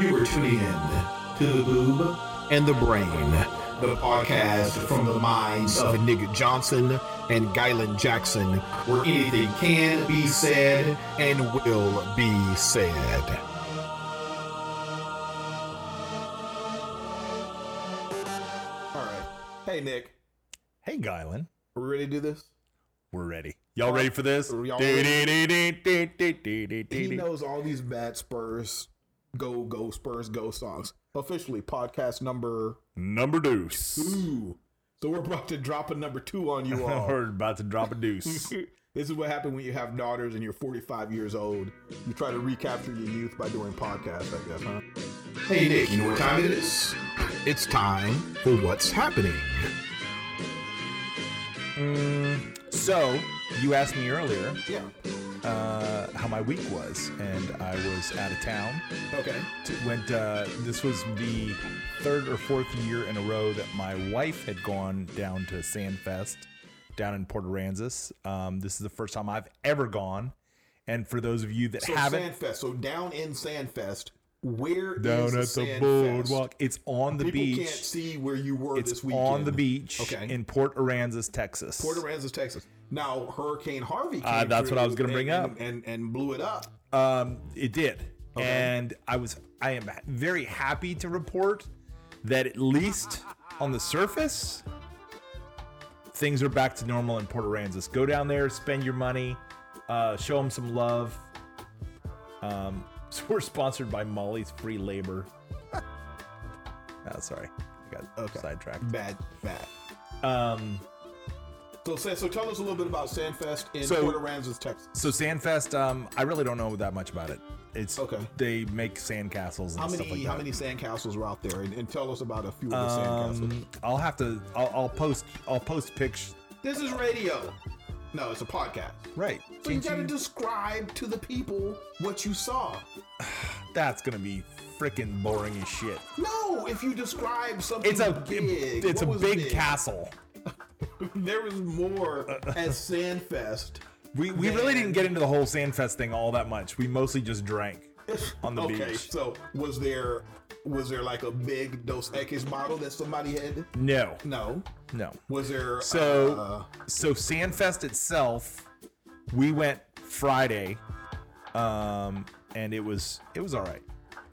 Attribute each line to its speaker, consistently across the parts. Speaker 1: You are tuning in to the Boob and the Brain, the podcast from the minds of Nick Johnson and Guyland Jackson, where anything can be said and will be said.
Speaker 2: All right. Hey, Nick.
Speaker 3: Hey, Guylin.
Speaker 2: Are we ready to do this?
Speaker 3: We're ready. Y'all ready for this?
Speaker 2: Y'all He
Speaker 3: Dee-dee-dee-dee-dee-dee-dee-dee.
Speaker 2: knows all these bad Spurs, go, go, Spurs, go songs. Officially, podcast number
Speaker 3: Number deuce.
Speaker 2: two. So we're about to drop a number two on you all.
Speaker 3: We're about to drop a deuce.
Speaker 2: this is what happened when you have daughters and you're 45 years old. You try to recapture your youth by doing podcasts, I guess, huh?
Speaker 1: Hey Nick, you know what time it is? It's time for what's happening.
Speaker 3: Mm, so, you asked me earlier
Speaker 2: Yeah.
Speaker 3: uh, how my week was, and I was out of town.
Speaker 2: Okay.
Speaker 3: T- Went. Uh, this was the third or fourth year in a row that my wife had gone down to Sandfest down in Port Aransas. Um, this is the first time I've ever gone. And for those of you that
Speaker 2: So
Speaker 3: haven't,
Speaker 2: Sandfest. So down in Sandfest, where
Speaker 3: down
Speaker 2: is
Speaker 3: at the
Speaker 2: Sandfest?
Speaker 3: boardwalk. It's on the
Speaker 2: People can't
Speaker 3: beach.
Speaker 2: see where you were
Speaker 3: It's
Speaker 2: this weekend.
Speaker 3: on the beach
Speaker 2: Okay.
Speaker 3: in Port Aransas, Texas.
Speaker 2: Port Aransas, Texas. Now Hurricane Harvey. Came
Speaker 3: Uh, that's what I
Speaker 2: through
Speaker 3: was gonna bring
Speaker 2: and-
Speaker 3: up.
Speaker 2: and, and blew it up.
Speaker 3: um, it did, and I was I am very happy to report that at least on the surface, things are back to normal in Port Aransas. Go down there, spend your money, uh, show them some love. Um, so we're sponsored by Molly's Free Labor. oh, sorry, I got
Speaker 2: Okay.
Speaker 3: sidetracked.
Speaker 2: Bad, bad.
Speaker 3: Um,
Speaker 2: So, Sa- so tell us a little bit about Sandfest in
Speaker 3: So-
Speaker 2: Port Aransas, Texas.
Speaker 3: So Sandfest, um, I really don't know that much about it. It's
Speaker 2: Okay.
Speaker 3: They make sandcastles and
Speaker 2: How
Speaker 3: stuff
Speaker 2: many
Speaker 3: like
Speaker 2: how
Speaker 3: that.
Speaker 2: many sandcastles are out there? And, and tell us about a few of the sandcastles.
Speaker 3: Um, I'll have to. I'll, I'll post. I'll post pictures.
Speaker 2: This is radio. No, it's a podcast.
Speaker 3: Right.
Speaker 2: So you gotta describe to the people what you saw.
Speaker 3: That's gonna be freaking boring as shit.
Speaker 2: No, if you describe something
Speaker 3: It's a.
Speaker 2: big, what
Speaker 3: it's a
Speaker 2: was
Speaker 3: big, castle.
Speaker 2: There was more at Sandfest.
Speaker 3: We we really didn't get into the whole Sandfest thing all that much. We mostly just drank on the
Speaker 2: okay,
Speaker 3: beach.
Speaker 2: so was there was there like a big Dos Equis bottle that somebody had?
Speaker 3: No.
Speaker 2: No.
Speaker 3: No.
Speaker 2: Was there
Speaker 3: So-
Speaker 2: uh,
Speaker 3: so Sandfest itself, we went Friday, um, and it was it was all right.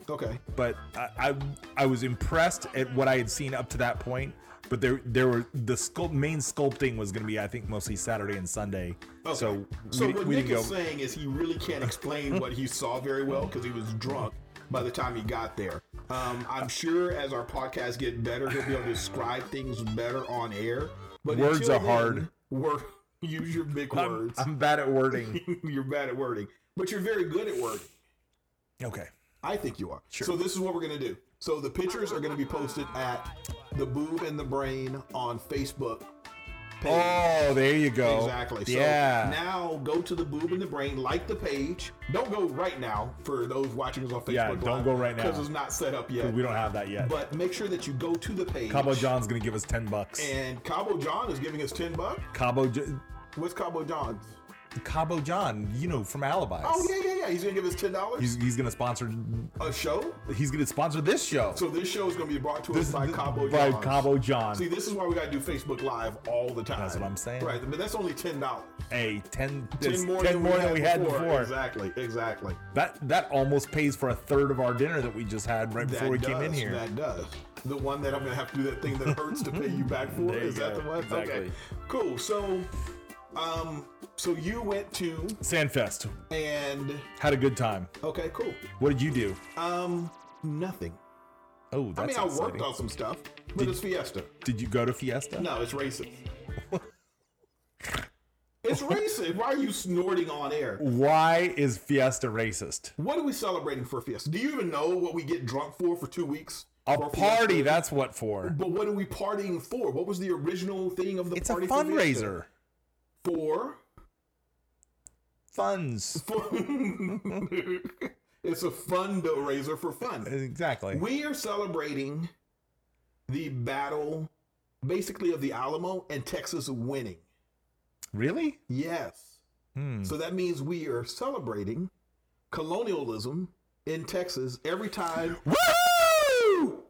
Speaker 2: uh, okay.
Speaker 3: But I, I I was impressed at what I had seen up to that point. But there there were the sculpt main sculpting was going to be I think mostly Saturday and Sunday.
Speaker 2: okay.
Speaker 3: So
Speaker 2: so
Speaker 3: we,
Speaker 2: what
Speaker 3: we
Speaker 2: Nick
Speaker 3: didn't go.
Speaker 2: is saying is he really can't explain what he saw very well because he was drunk by the time he got there. Um, I'm sure as our podcasts get better, he'll be able to describe things better on air. But
Speaker 3: Words
Speaker 2: until
Speaker 3: are hard.
Speaker 2: then, Word, use your big
Speaker 3: I'm,
Speaker 2: words.
Speaker 3: I'm bad at wording.
Speaker 2: you're bad at wording, but you're very good at wording.
Speaker 3: okay.
Speaker 2: I think you are.
Speaker 3: Sure.
Speaker 2: So this is what we're gonna do. So the pictures are gonna be posted at the Boob and the Brain on Facebook. Page.
Speaker 3: Oh, there you go.
Speaker 2: Exactly. So
Speaker 3: Yeah.
Speaker 2: now go to the Boob and the Brain, like the page. Don't go right now for those watching us on Facebook.
Speaker 3: Yeah, don't go right now.
Speaker 2: because it's not set up yet.
Speaker 3: we don't have that yet.
Speaker 2: But make sure that you go to the page.
Speaker 3: Cabo John's going to give us ten bucks.
Speaker 2: And Cabo John is giving us ten bucks.
Speaker 3: Cabo Jo-
Speaker 2: What's Cabo John's?
Speaker 3: Cabo John, you know from Alibis.
Speaker 2: Oh yeah, yeah, yeah. He's gonna give us ten dollars
Speaker 3: He's, he's going to sponsor
Speaker 2: a show.
Speaker 3: he's gonna sponsor this show.
Speaker 2: So this show is gonna be brought to us by Cabo
Speaker 3: by
Speaker 2: John's.
Speaker 3: Cabo John.
Speaker 2: See, this is why we gotta do Facebook Live all the time.
Speaker 3: That's what I'm saying.
Speaker 2: Right, but that's only ten dollars.
Speaker 3: hey, ten,
Speaker 2: Ten
Speaker 3: it's ten more than we had before.
Speaker 2: Exactly, exactly.
Speaker 3: That that almost pays for a third of our dinner that we just had right before we came in
Speaker 2: does,
Speaker 3: here.
Speaker 2: that does. The one that I'm gonna have to do that thing that hurts to pay you back for.
Speaker 3: There you
Speaker 2: is that
Speaker 3: go,
Speaker 2: the one? Okay.
Speaker 3: exactly.
Speaker 2: Cool. So, um, so you went to
Speaker 3: Sandfest
Speaker 2: and
Speaker 3: had a good time.
Speaker 2: okay, cool.
Speaker 3: What did you do?
Speaker 2: Um, nothing.
Speaker 3: Oh, that's
Speaker 2: I mean, I
Speaker 3: exciting.
Speaker 2: worked on some stuff, but it's Fiesta.
Speaker 3: Did you go to Fiesta?
Speaker 2: No, it's racist. it's racist. Why are you snorting on air?
Speaker 3: Why is Fiesta racist?
Speaker 2: What are we celebrating for Fiesta? Do you even know what we get drunk for for two weeks?
Speaker 3: A
Speaker 2: For
Speaker 3: party.
Speaker 2: Fiesta?
Speaker 3: That's what for.
Speaker 2: But what are we partying for? What was the original thing of the
Speaker 3: It's a
Speaker 2: party? for Fiesta?
Speaker 3: fundraiser.
Speaker 2: For,
Speaker 3: Funds.
Speaker 2: for it's a fundraiser for fun.
Speaker 3: Exactly.
Speaker 2: We are celebrating the battle, basically of the Alamo and Texas winning.
Speaker 3: really?
Speaker 2: Yes.
Speaker 3: Hmm.
Speaker 2: So that means we are celebrating colonialism in Texas every time.
Speaker 3: Woo!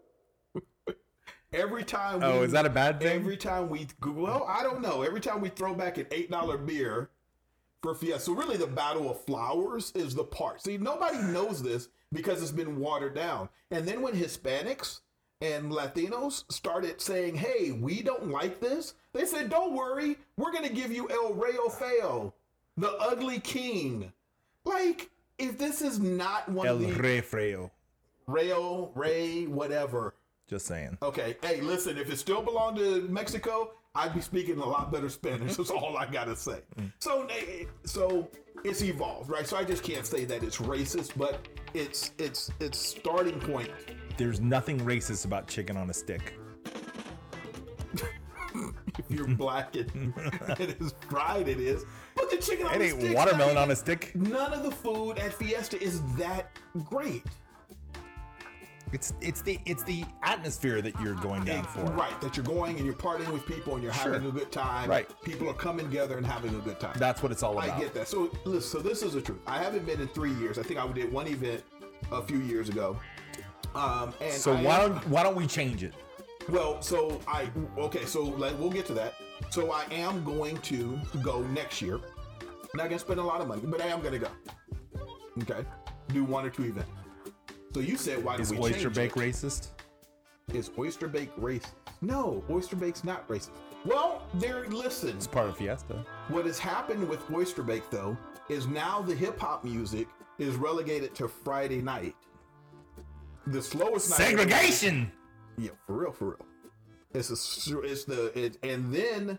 Speaker 2: Every time.
Speaker 3: Oh, is that a bad thing?
Speaker 2: Every time we Google, well, I don't know. Every time we throw back an eight dollar beer for Fiesta. So really, the battle of flowers is the part. See, nobody knows this because it's been watered down. And then when Hispanics and Latinos started saying, "Hey, we don't like this," they said, "Don't worry, we're gonna give you El Rayo Feo, the Ugly King." Like, if this is not one
Speaker 3: El
Speaker 2: of the
Speaker 3: refreo.
Speaker 2: Rayo Ray whatever.
Speaker 3: Just saying.
Speaker 2: Okay, hey, listen, if it still belonged to Mexico, I'd be speaking a lot better Spanish. That's all I gotta say. So, eh, so it's evolved, right? So I just can't say that it's racist, but it's it's it's starting point.
Speaker 3: There's nothing racist about chicken on a stick.
Speaker 2: If you're black and it is fried, it is. But the chicken on
Speaker 3: It
Speaker 2: the
Speaker 3: ain't
Speaker 2: stick's
Speaker 3: watermelon
Speaker 2: not
Speaker 3: on a stick.
Speaker 2: even- None of the food at Fiesta is that great.
Speaker 3: It's it's the it's the atmosphere that you're going down for.
Speaker 2: Right, that you're going and you're partying with people and you're
Speaker 3: Sure.
Speaker 2: having a good time.
Speaker 3: Right.
Speaker 2: People are coming together and having a good time.
Speaker 3: That's what it's all about.
Speaker 2: I get that. So listen, so this is the truth. I haven't been in three years. I think I did one event a few years ago. Um, and
Speaker 3: So
Speaker 2: I-
Speaker 3: why don't why don't we change it?
Speaker 2: well, so I okay, so like, we'll get to that. So I am going to go next year. Not gonna spend a lot of money, but I am gonna go. Okay, do one or two events. So you said why
Speaker 3: Is
Speaker 2: do we
Speaker 3: oyster
Speaker 2: change
Speaker 3: bake
Speaker 2: it?
Speaker 3: racist?
Speaker 2: Is oyster bake racist? No, oyster bake's not racist. Well, there. Listen,
Speaker 3: It's part of Fiesta.
Speaker 2: what has happened with Oyster Bake though is now the hip hop music is relegated to Friday night. The slowest night.
Speaker 3: Segregation.
Speaker 2: Yeah, for real, for real. It's a, it's the it, and then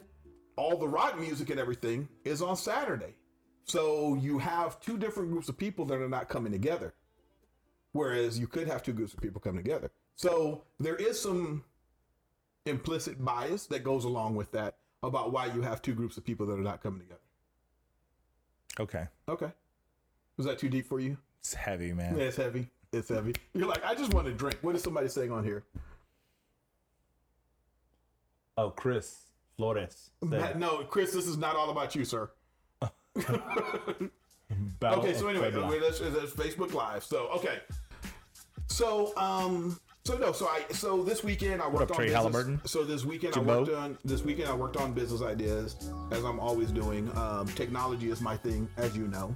Speaker 2: all the rock music and everything is on Saturday. So you have two different groups of people that are not coming together. Whereas you could have two groups of people coming together. So there is some implicit bias that goes along with that about why you have two groups of people that are not coming together.
Speaker 3: Okay.
Speaker 2: Okay. Was that too deep for you?
Speaker 3: It's heavy, man.
Speaker 2: Yeah, it's heavy. It's heavy. You're like, I just want to drink. What is somebody saying on here?
Speaker 3: Oh, Chris Flores.
Speaker 2: Matt, no, Chris, this is not all about you, sir. Okay, so anyway, wait, that's, that's Facebook Live. So okay, so um, so no, so I so this weekend I worked
Speaker 3: up,
Speaker 2: on
Speaker 3: Trey
Speaker 2: business-
Speaker 3: Halliburton?
Speaker 2: So this weekend I
Speaker 3: Jimbo?
Speaker 2: worked on this weekend I worked on business ideas as I'm always doing. Um, technology is my thing, as you know.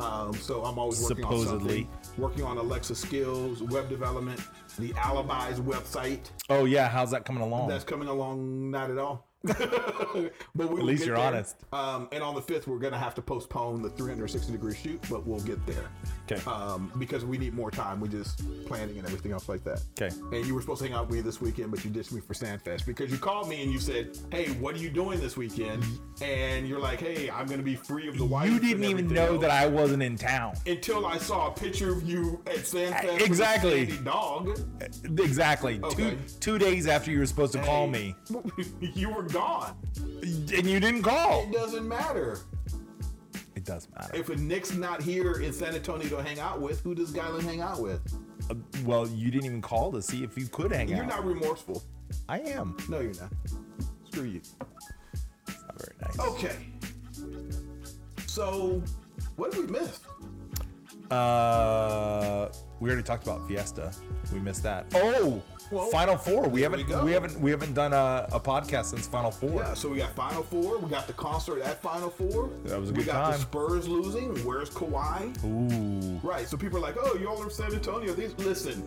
Speaker 2: Um, so I'm always working on
Speaker 3: Supposedly.
Speaker 2: something, working on Alexa skills, web development, the Alibis website.
Speaker 3: Oh yeah, how's that coming along?
Speaker 2: That's coming along, not at all. but we at
Speaker 3: least you're honest.
Speaker 2: Um, and on the fifth, we're gonna have to postpone the 360 degree shoot, but we'll get there.
Speaker 3: 'Kay.
Speaker 2: Um, because we need more time. We just planning and everything else like that.
Speaker 3: 'Kay.
Speaker 2: And you were supposed to hang out with me this weekend, but you ditched me for Sandfest because you called me and you said, "Hey, what are you doing this weekend?" And you're like, "Hey, I'm gonna be free of the wife."
Speaker 3: you didn't even know that I wasn't in town.
Speaker 2: Until I saw a picture of you at Sandfest. with a
Speaker 3: Exactly.
Speaker 2: sandy Dog.
Speaker 3: Exactly.
Speaker 2: Okay.
Speaker 3: Two two days after you were supposed to call me,
Speaker 2: you were gone.
Speaker 3: and you didn't call.
Speaker 2: It doesn't matter.
Speaker 3: It doesn't matter.
Speaker 2: If a Nick's not here in San Antonio to hang out with, who does Guylin hang out with?
Speaker 3: Uh, well, you didn't even call to see if you could hang
Speaker 2: You're
Speaker 3: out.
Speaker 2: not remorseful.
Speaker 3: I am.
Speaker 2: No, you're not. Screw you.
Speaker 3: It's not very nice.
Speaker 2: Okay. So, what did we miss?
Speaker 3: Uh, we already talked about Fiesta. We missed that. Oh,
Speaker 2: Well,
Speaker 3: Final Four. We haven't.
Speaker 2: we
Speaker 3: We,
Speaker 2: go.
Speaker 3: haven't. We haven't done a, a podcast since Final Four.
Speaker 2: Yeah, so we got Final Four. We got the concert at Final Four.
Speaker 3: That was a
Speaker 2: We
Speaker 3: good
Speaker 2: got the
Speaker 3: time.
Speaker 2: Spurs losing. Where's Kawhi?
Speaker 3: Ooh.
Speaker 2: Right. So people are like, "Oh, y'all are San Antonio." These listen.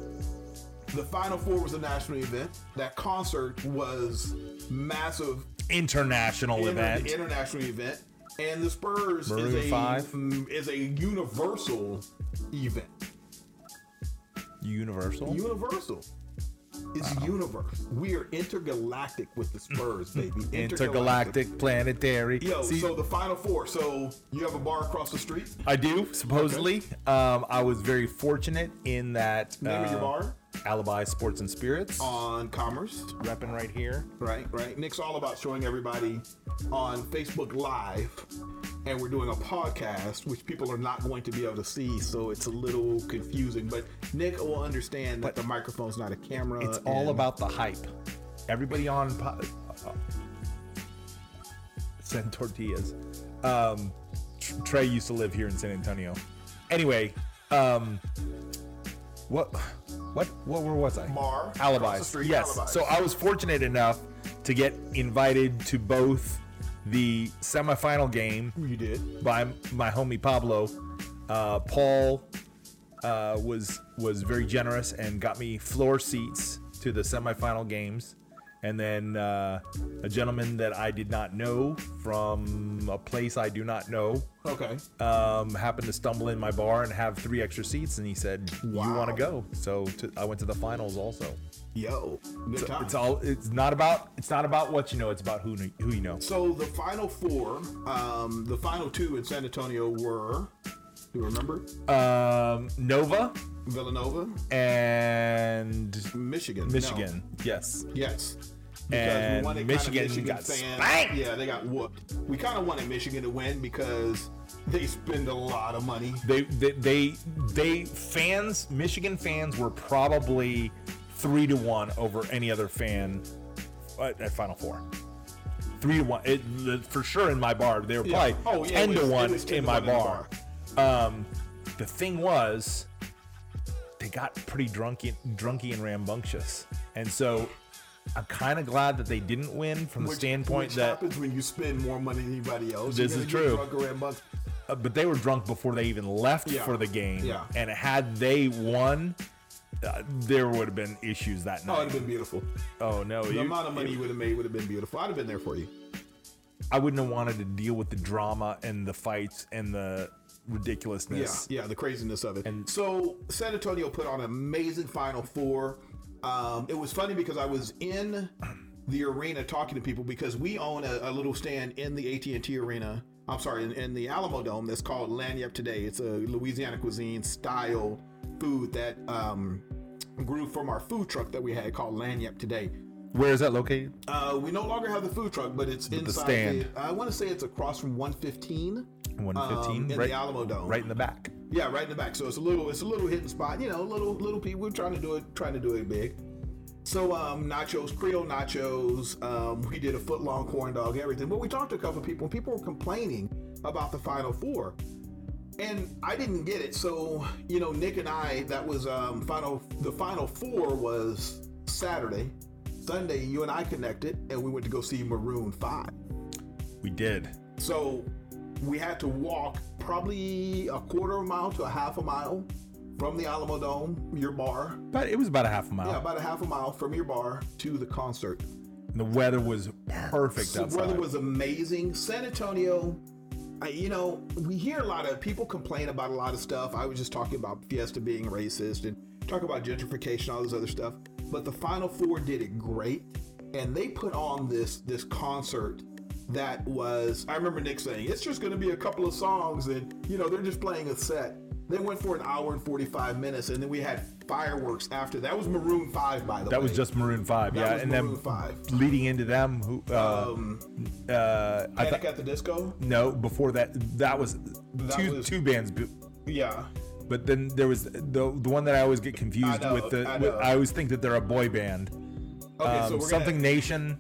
Speaker 2: The Final Four was a national event. That concert was massive
Speaker 3: International
Speaker 2: inter-
Speaker 3: event.
Speaker 2: international event, and the Spurs is
Speaker 3: Maroon
Speaker 2: a
Speaker 3: five.
Speaker 2: mm, is a universal event.
Speaker 3: Universal.
Speaker 2: Universal. It's universe. We are intergalactic with the Spurs, baby.
Speaker 3: Intergalactic planetary.
Speaker 2: Yo,
Speaker 3: See,
Speaker 2: so the Final Four. So you have a bar across the street.
Speaker 3: I do supposedly. Um, I was very fortunate in that.
Speaker 2: Name of your
Speaker 3: uh,
Speaker 2: bar
Speaker 3: Alibi Sports and Spirits.
Speaker 2: on Commerce.
Speaker 3: repping right here.
Speaker 2: Right, right. Nick's all about showing everybody on Facebook Live, and we're doing a podcast, which people are not going to be able to see, so it's a little confusing. But Nick will understand that the microphone's not a camera.
Speaker 3: It's all
Speaker 2: and-
Speaker 3: about the hype. Everybody on po- uh, send tortillas. Um, Tr- Trey used to live here in San Antonio. Anyway, um, what what what where was I?
Speaker 2: Mar, across the
Speaker 3: Alibis.
Speaker 2: street,
Speaker 3: yes.
Speaker 2: Alibis.
Speaker 3: So I was fortunate enough to get invited to both the semifinal game
Speaker 2: You did.
Speaker 3: by my homie Pablo. Uh, Paul uh, was was very generous and got me floor seats to the semifinal games. And then uh, a gentleman that I did not know from a place I do not know
Speaker 2: Okay.
Speaker 3: um, happened to stumble in my bar and have three extra seats, and he said, "You
Speaker 2: Wow.
Speaker 3: want to go?" So to, I went to the finals also.
Speaker 2: Yo. Good time.
Speaker 3: It's all. It's not about. It's not about what you know. It's about who kn- who you know.
Speaker 2: So the final four, um, the final two in San Antonio were, do you remember?
Speaker 3: Um, Nova
Speaker 2: Villanova,
Speaker 3: and
Speaker 2: Michigan. No.
Speaker 3: Michigan. Yes.
Speaker 2: Yes.
Speaker 3: And
Speaker 2: wanted
Speaker 3: Michigan got spanked.
Speaker 2: Yeah, they got whooped. We kind of wanted Michigan to win because they spend a lot of money.
Speaker 3: They, they they they fans. Michigan fans were probably three to one over any other fan uh, at, at Final Four. Three to one, it, the, for sure. In my bar, they were
Speaker 2: Yeah.
Speaker 3: probably
Speaker 2: Oh, yeah, it
Speaker 3: ten
Speaker 2: was-
Speaker 3: to
Speaker 2: it
Speaker 3: one
Speaker 2: was 10
Speaker 3: in
Speaker 2: to
Speaker 3: my
Speaker 2: one in the
Speaker 3: bar. Um, the thing was, they got pretty drunky, drunky and rambunctious, and so I'm kind of glad that they didn't win from the
Speaker 2: Which-
Speaker 3: standpoint
Speaker 2: which
Speaker 3: that.
Speaker 2: happens when you spend more money than anybody else.
Speaker 3: This
Speaker 2: You're gonna
Speaker 3: is
Speaker 2: get
Speaker 3: true.
Speaker 2: drunk around bucks.
Speaker 3: Uh, but they were drunk before they even left
Speaker 2: Yeah.
Speaker 3: for the game.
Speaker 2: Yeah.
Speaker 3: And had they won, uh, there would have been issues that
Speaker 2: Oh, it'd
Speaker 3: night.
Speaker 2: have been beautiful.
Speaker 3: Oh, no.
Speaker 2: The
Speaker 3: you-
Speaker 2: amount of money you would have made would have been beautiful. I'd have been there for you.
Speaker 3: I wouldn't have wanted to deal with the drama and the fights and the ridiculousness.
Speaker 2: Yeah, yeah, the craziness of it. And so San Antonio put on an amazing Final Four. Um, it was funny because I was in the arena talking to people because we own a, a little stand in the AT&T Arena. I'm sorry, in, in the Alamo Dome that's called Lanyap Today. It's a Louisiana cuisine style food that um, grew from our food truck that we had called Lanyap Today.
Speaker 3: Where is that located?
Speaker 2: Uh, we no longer have the food truck, but it's inside.
Speaker 3: stand.
Speaker 2: the- I want to say it's across from 115.
Speaker 3: 115.
Speaker 2: in the
Speaker 3: right,
Speaker 2: Alamo Dome.
Speaker 3: Right in the back.
Speaker 2: Yeah, right in the back. So it's a little, it's a little hidden spot. You know, little, little people. We're trying to do it, trying to do it big. So um, nachos, Creole nachos. Um, we did a foot long corn dog, everything. But we talked to a couple of people, and people were complaining about the Final Four, and I didn't get it. So you know, Nick and I, that was um, final. The Final Four was Saturday. Sunday, you and I connected, and we went to go see Maroon Five.
Speaker 3: We did.
Speaker 2: So we had to walk probably a quarter of a mile to a half a mile from the Alamo Dome, your bar.
Speaker 3: But it was about a half a mile.
Speaker 2: Yeah, about a half a mile from your bar to the concert.
Speaker 3: the weather was perfect
Speaker 2: The
Speaker 3: outside.
Speaker 2: weather was amazing. San Antonio, I, you know, we hear a lot of people complain about a lot of stuff. I was just talking about Fiesta being racist and talk about gentrification, all this other stuff. But the Final Four did it great, and they put on this this concert that was. I remember Nick saying it's just going to be a couple of songs, and you know they're just playing a set. They went for an hour and forty five minutes, and then we had fireworks after. That was Maroon Five, by the way.
Speaker 3: that was just Maroon 5.
Speaker 2: That
Speaker 3: yeah.
Speaker 2: was
Speaker 3: and
Speaker 2: Maroon
Speaker 3: then
Speaker 2: Five. Um,
Speaker 3: leading into them, who, uh, uh, I thought.
Speaker 2: Panic at the Disco.
Speaker 3: No, before that, that was two
Speaker 2: was-
Speaker 3: two bands. b-
Speaker 2: Yeah.
Speaker 3: But then there was the the one that I always get confused
Speaker 2: know,
Speaker 3: with. The
Speaker 2: I
Speaker 3: I,
Speaker 2: know.
Speaker 3: I always think that they're a boy band.
Speaker 2: Okay,
Speaker 3: Um,
Speaker 2: so we're
Speaker 3: something
Speaker 2: gonna,
Speaker 3: Nation.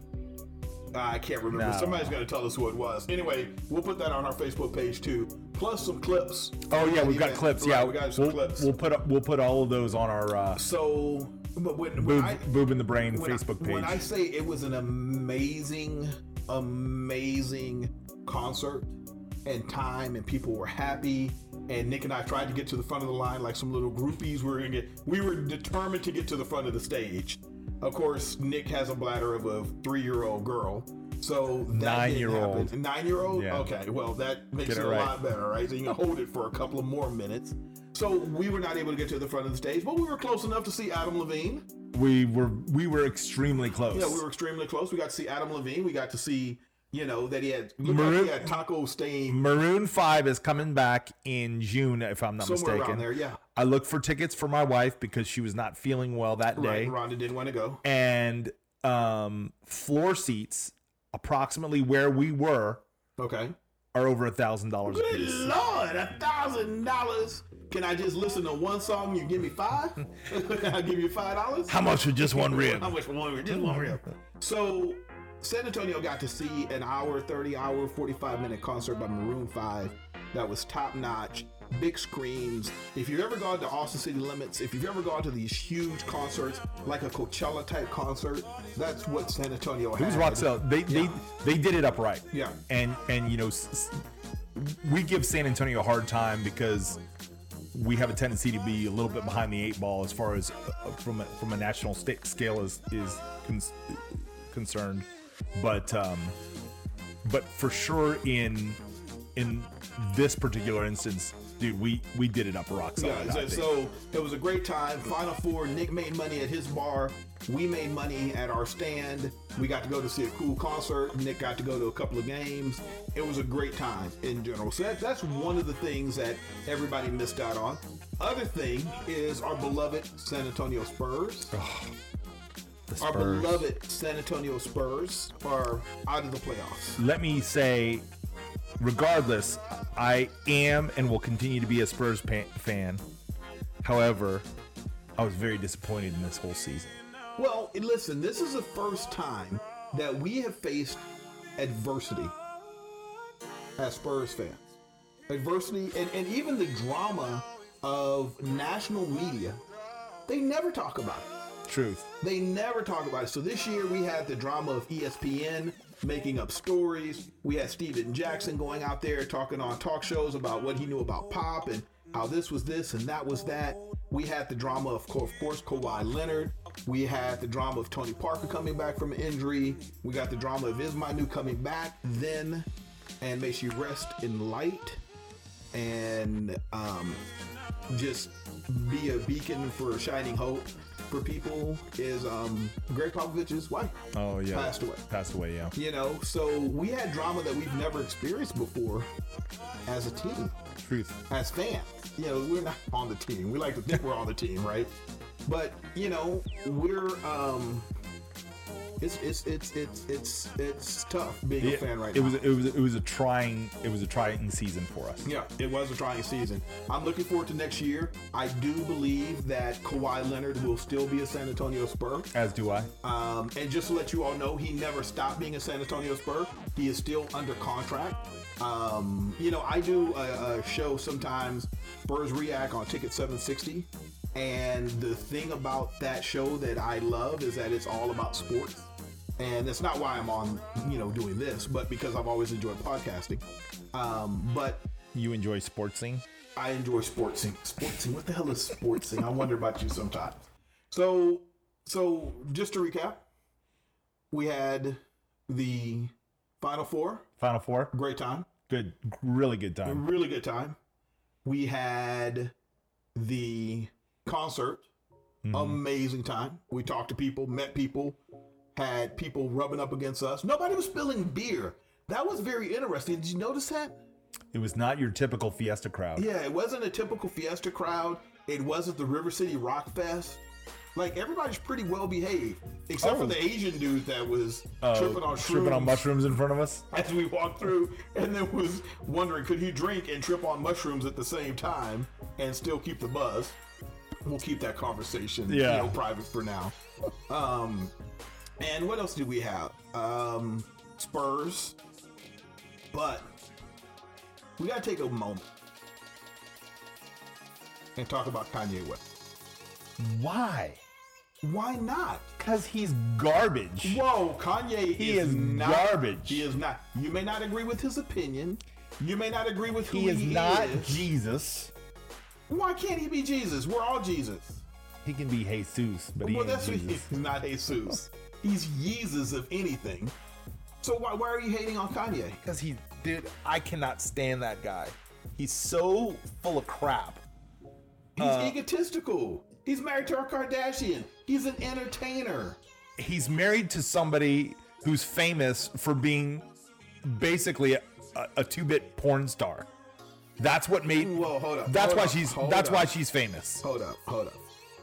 Speaker 2: I can't remember.
Speaker 3: No.
Speaker 2: Somebody's going to tell us who it was. Anyway, we'll put that on our Facebook page too, plus some clips.
Speaker 3: Oh yeah, we've got
Speaker 2: Yeah,
Speaker 3: clips.
Speaker 2: right,
Speaker 3: Yeah,
Speaker 2: we got some
Speaker 3: we'll,
Speaker 2: clips.
Speaker 3: we'll put we'll put all of those on our uh,
Speaker 2: So, but when, when
Speaker 3: boob,
Speaker 2: I
Speaker 3: boob in the brain
Speaker 2: when I-
Speaker 3: Facebook
Speaker 2: When I
Speaker 3: page.
Speaker 2: say it was an amazing, amazing concert and time, and people were happy. And Nick and I tried to get to the front of the line like some little groupies. We were gonna get, we were determined to get to the front of the stage. Of course, Nick has a bladder of a three-year-old girl, so that
Speaker 3: Nine-year-old.
Speaker 2: nine-year-old.
Speaker 3: Yeah.
Speaker 2: Okay, well that makes
Speaker 3: Get
Speaker 2: it
Speaker 3: it
Speaker 2: a
Speaker 3: right.
Speaker 2: lot better, right? So you can hold it for a couple of more minutes. So we were not able to get to the front of the stage, but we were close enough to see Adam Levine.
Speaker 3: we were we were extremely close.
Speaker 2: Yeah, we were extremely close. We got to see Adam Levine. We got to see, you know, that he had, looked like
Speaker 3: Maroon-
Speaker 2: he had taco stain
Speaker 3: Maroon Five is coming back in June, if I'm not
Speaker 2: somewhere
Speaker 3: mistaken.
Speaker 2: around there. Yeah,
Speaker 3: I looked for tickets for my wife because she was not feeling well that day.
Speaker 2: right. Rhonda didn't want to go.
Speaker 3: and um, floor seats approximately where we were
Speaker 2: Okay.
Speaker 3: are over a thousand dollars a
Speaker 2: Good
Speaker 3: piece.
Speaker 2: lord, a thousand dollars. Can I just listen to one song? You give me five. I'll give you five dollars.
Speaker 3: How much for just one rib?
Speaker 2: How much for one rib? Just one rib. So, San Antonio got to see an hour, 30 hour, 45 minute concert by Maroon 5 that was top notch. big screens. If you've ever gone to Austin City Limits, if you've ever gone to these huge concerts, like a Coachella type concert, that's what San Antonio
Speaker 3: It
Speaker 2: has.
Speaker 3: was Roxelle. They they they did it upright.
Speaker 2: Yeah.
Speaker 3: And and you know, s- s- we give San Antonio a hard time because we have a tendency to be a little bit behind the eight ball as far as uh, from a, from a national sta- scale is is con- concerned. But um, but for sure in in this particular instance, dude, we we did it up Roxelle.
Speaker 2: Yeah, so, so it was a great time. Final Four, Nick made money at his bar. We made money at our stand. We got to go to see a cool concert. Nick got to go to a couple of games. It was a great time in general. So that, that's one of the things that everybody missed out on. Other thing is our beloved San Antonio Spurs. Our beloved San Antonio Spurs are out of the playoffs.
Speaker 3: let me say, regardless, I am and will continue to be a Spurs pa- fan. However, I was very disappointed in this whole season.
Speaker 2: Well, and listen, this is the first time that we have faced adversity as Spurs fans. Adversity and, and even the drama of national media. They never talk about it.
Speaker 3: Truth.
Speaker 2: They never talk about it. So this year we had the drama of E ESPN making up stories. We had Steven Jackson going out there talking on talk shows about what he knew about pop and how this was this and that was that. We had the drama of, co- of course, Kawhi Leonard. We had the drama of Tony Parker coming back from an injury. We got the drama of Ismanu coming back then, and may she rest in light, and um, just be a beacon for shining hope for people. Is um, Greg Popovich's wife?
Speaker 3: Oh yeah.
Speaker 2: Passed away.
Speaker 3: Passed away. Yeah.
Speaker 2: You know, so we had drama that we've never experienced before as a team,
Speaker 3: Truth.
Speaker 2: as fans. You know, we're not on the team. We like to think we're on the team, right? But you know, we're um, it's it's it's it's it's it's tough being a
Speaker 3: It,
Speaker 2: fan right
Speaker 3: it
Speaker 2: now.
Speaker 3: was it was it was a trying it was a trying season for us.
Speaker 2: Yeah, it was a trying season. I'm looking forward to next year. I do believe that Kawhi Leonard will still be a San Antonio Spur.
Speaker 3: As do I.
Speaker 2: Um, and just to let you all know, he never stopped being a San Antonio Spur. He is still under contract. Um, you know, I do a, a show sometimes, Spurs React on Ticket 760. And the thing about that show that I love is that it's all about sports. And that's not why I'm on, you know, doing this, but because I've always enjoyed podcasting. Um, but
Speaker 3: You enjoy sportsing?
Speaker 2: I enjoy sportsing. Sportsing. What the hell is sportsing? I wonder about you sometimes. So, so just to recap, we had the Final Four.
Speaker 3: Final four.
Speaker 2: Great time.
Speaker 3: Good. Really good time.
Speaker 2: Really good time. We had the concert. Amazing time. We talked to people, met people, had people rubbing up against us. Nobody was spilling beer. That was very interesting. Did you notice that?
Speaker 3: It was not your typical Fiesta crowd.
Speaker 2: Yeah, it wasn't a typical Fiesta crowd. It wasn't the River City Rock Fest. Like everybody's pretty well behaved, except for
Speaker 3: Oh.
Speaker 2: the Asian dude that was
Speaker 3: Uh,
Speaker 2: tripping on shrooms
Speaker 3: tripping on mushrooms in front of us.
Speaker 2: as we walked through, and then was wondering could he drink and trip on mushrooms at the same time and still keep the buzz. We'll keep that conversation, you
Speaker 3: Yeah.
Speaker 2: know, private for now. Um, and what else do we have? Um, Spurs, but we gotta take a moment and talk about Kanye West.
Speaker 3: Why?
Speaker 2: Why not?
Speaker 3: Because he's garbage.
Speaker 2: Whoa, Kanye
Speaker 3: He
Speaker 2: is,
Speaker 3: is
Speaker 2: not,
Speaker 3: garbage.
Speaker 2: He is not. You may not agree with his opinion. You may not agree with who
Speaker 3: He
Speaker 2: he,
Speaker 3: is not
Speaker 2: is.
Speaker 3: Jesus.
Speaker 2: Why can't he be Jesus? We're all Jesus.
Speaker 3: He can be Jesus, but he
Speaker 2: well,
Speaker 3: ain't
Speaker 2: that's
Speaker 3: Jesus.
Speaker 2: he's not Jesus. He's Jesus if anything. So why why are you hating on Kanye?
Speaker 3: Because he, dude, I cannot stand that guy. He's so full of crap.
Speaker 2: He's
Speaker 3: Uh,
Speaker 2: egotistical. He's married to a Kardashian. He's an entertainer.
Speaker 3: He's married to somebody who's famous for being basically a, a, a two-bit porn star. That's what made.
Speaker 2: Whoa, hold up.
Speaker 3: That's
Speaker 2: hold
Speaker 3: why
Speaker 2: up,
Speaker 3: she's.
Speaker 2: hold
Speaker 3: That's
Speaker 2: up.
Speaker 3: why she's famous.
Speaker 2: Hold up, hold up.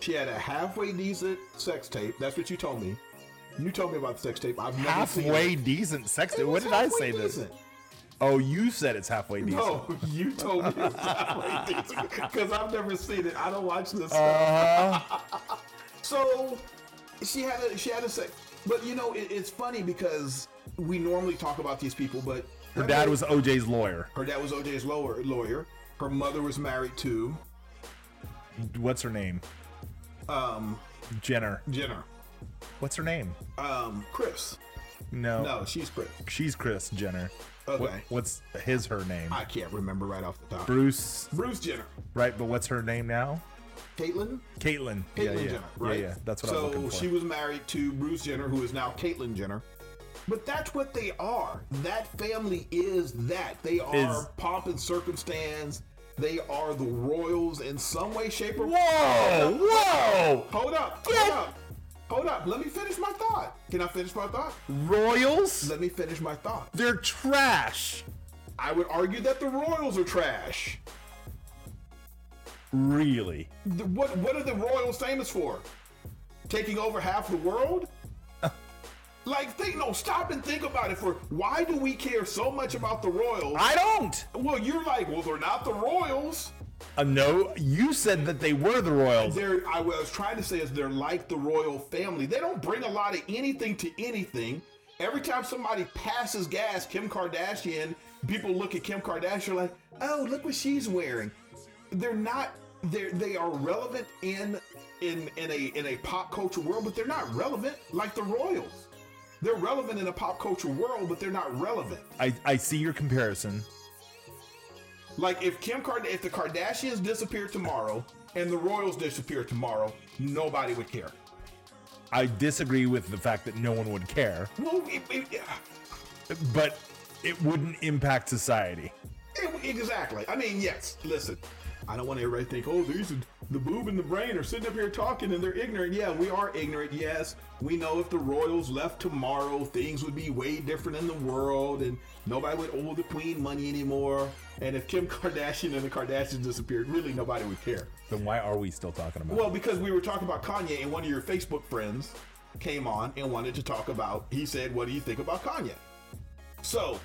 Speaker 2: She had a halfway decent sex tape. That's what you told me. You told me about the sex tape. I've never seen it.
Speaker 3: Halfway decent sex.
Speaker 2: It
Speaker 3: What
Speaker 2: was
Speaker 3: did I
Speaker 2: halfway
Speaker 3: say this?
Speaker 2: decent.
Speaker 3: Oh, you said it's halfway decent.
Speaker 2: No, Oh, you told me it was halfway decent because I've never seen it. I don't watch this. stuff.
Speaker 3: Uh,
Speaker 2: So she had a she had a sex, but you know it, it's funny because we normally talk about these people, but
Speaker 3: her dad was OJ's lawyer.
Speaker 2: her dad was OJ's lawyer. Lawyer. Her mother was married to
Speaker 3: What's her name?
Speaker 2: um,
Speaker 3: Jenner.
Speaker 2: Jenner.
Speaker 3: What's her name?
Speaker 2: Um, Chris.
Speaker 3: No.
Speaker 2: No, she's Chris.
Speaker 3: She's Chris Jenner.
Speaker 2: Okay.
Speaker 3: What, what's his her name?
Speaker 2: I can't remember right off the top.
Speaker 3: Bruce.
Speaker 2: Bruce Jenner.
Speaker 3: Right, but what's her name now?
Speaker 2: Caitlyn?
Speaker 3: Caitlyn. yeah,
Speaker 2: Caitlyn
Speaker 3: yeah.
Speaker 2: Jenner, right?
Speaker 3: yeah, yeah. That's what
Speaker 2: so
Speaker 3: I was looking for.
Speaker 2: she was married to Bruce Jenner, who is now Caitlyn Jenner. But that's what they are. That family is that. They are
Speaker 3: Is-
Speaker 2: pomp and circumstance. They are the royals in some way, shape, or
Speaker 3: whoa! Whoa!
Speaker 2: Hold up! Hold up! Hold up! Let me finish my thought. Can I finish my thought?
Speaker 3: Royals?
Speaker 2: Let me finish my thought.
Speaker 3: They're trash.
Speaker 2: I would argue that the royals are trash.
Speaker 3: Really?
Speaker 2: The- What What are the royals famous for? Taking over half the world? like, think no. Stop and think about it. For why do we care so much about the royals?
Speaker 3: I don't.
Speaker 2: well, you're like, well, they're not the royals.
Speaker 3: Uh, no, you said that they were the Royals.
Speaker 2: They're, I was trying to say is they're like the royal family. They don't bring a lot of anything to anything. Every time somebody passes gas, Kim Kardashian, people look at Kim Kardashian like, oh, look what she's wearing. They're not. They they are relevant in in in a in a pop culture world, but they're not relevant like the royals. They're relevant in a pop culture world, but they're not relevant.
Speaker 3: I, I see your comparison.
Speaker 2: Like if Kim Card if the Kardashians disappeared tomorrow and the royals disappeared tomorrow, nobody would care.
Speaker 3: I disagree with the fact that no one would care,
Speaker 2: Well, it, it, it,
Speaker 3: but it wouldn't impact society.
Speaker 2: exactly. I mean, yes. Listen, I don't want everybody to think, oh, these are the boob and the brain are sitting up here talking and they're ignorant. Yeah, we are ignorant. Yes, we know if the royals left tomorrow, things would be way different in the world, and nobody would owe the queen money anymore. And if Kim Kardashian and the Kardashians disappeared, really nobody would care.
Speaker 3: Then why are we still talking about
Speaker 2: Well, because we were talking about Kanye, and one of your Facebook friends came on and wanted to talk about. He said, "What do you think about Kanye?" So,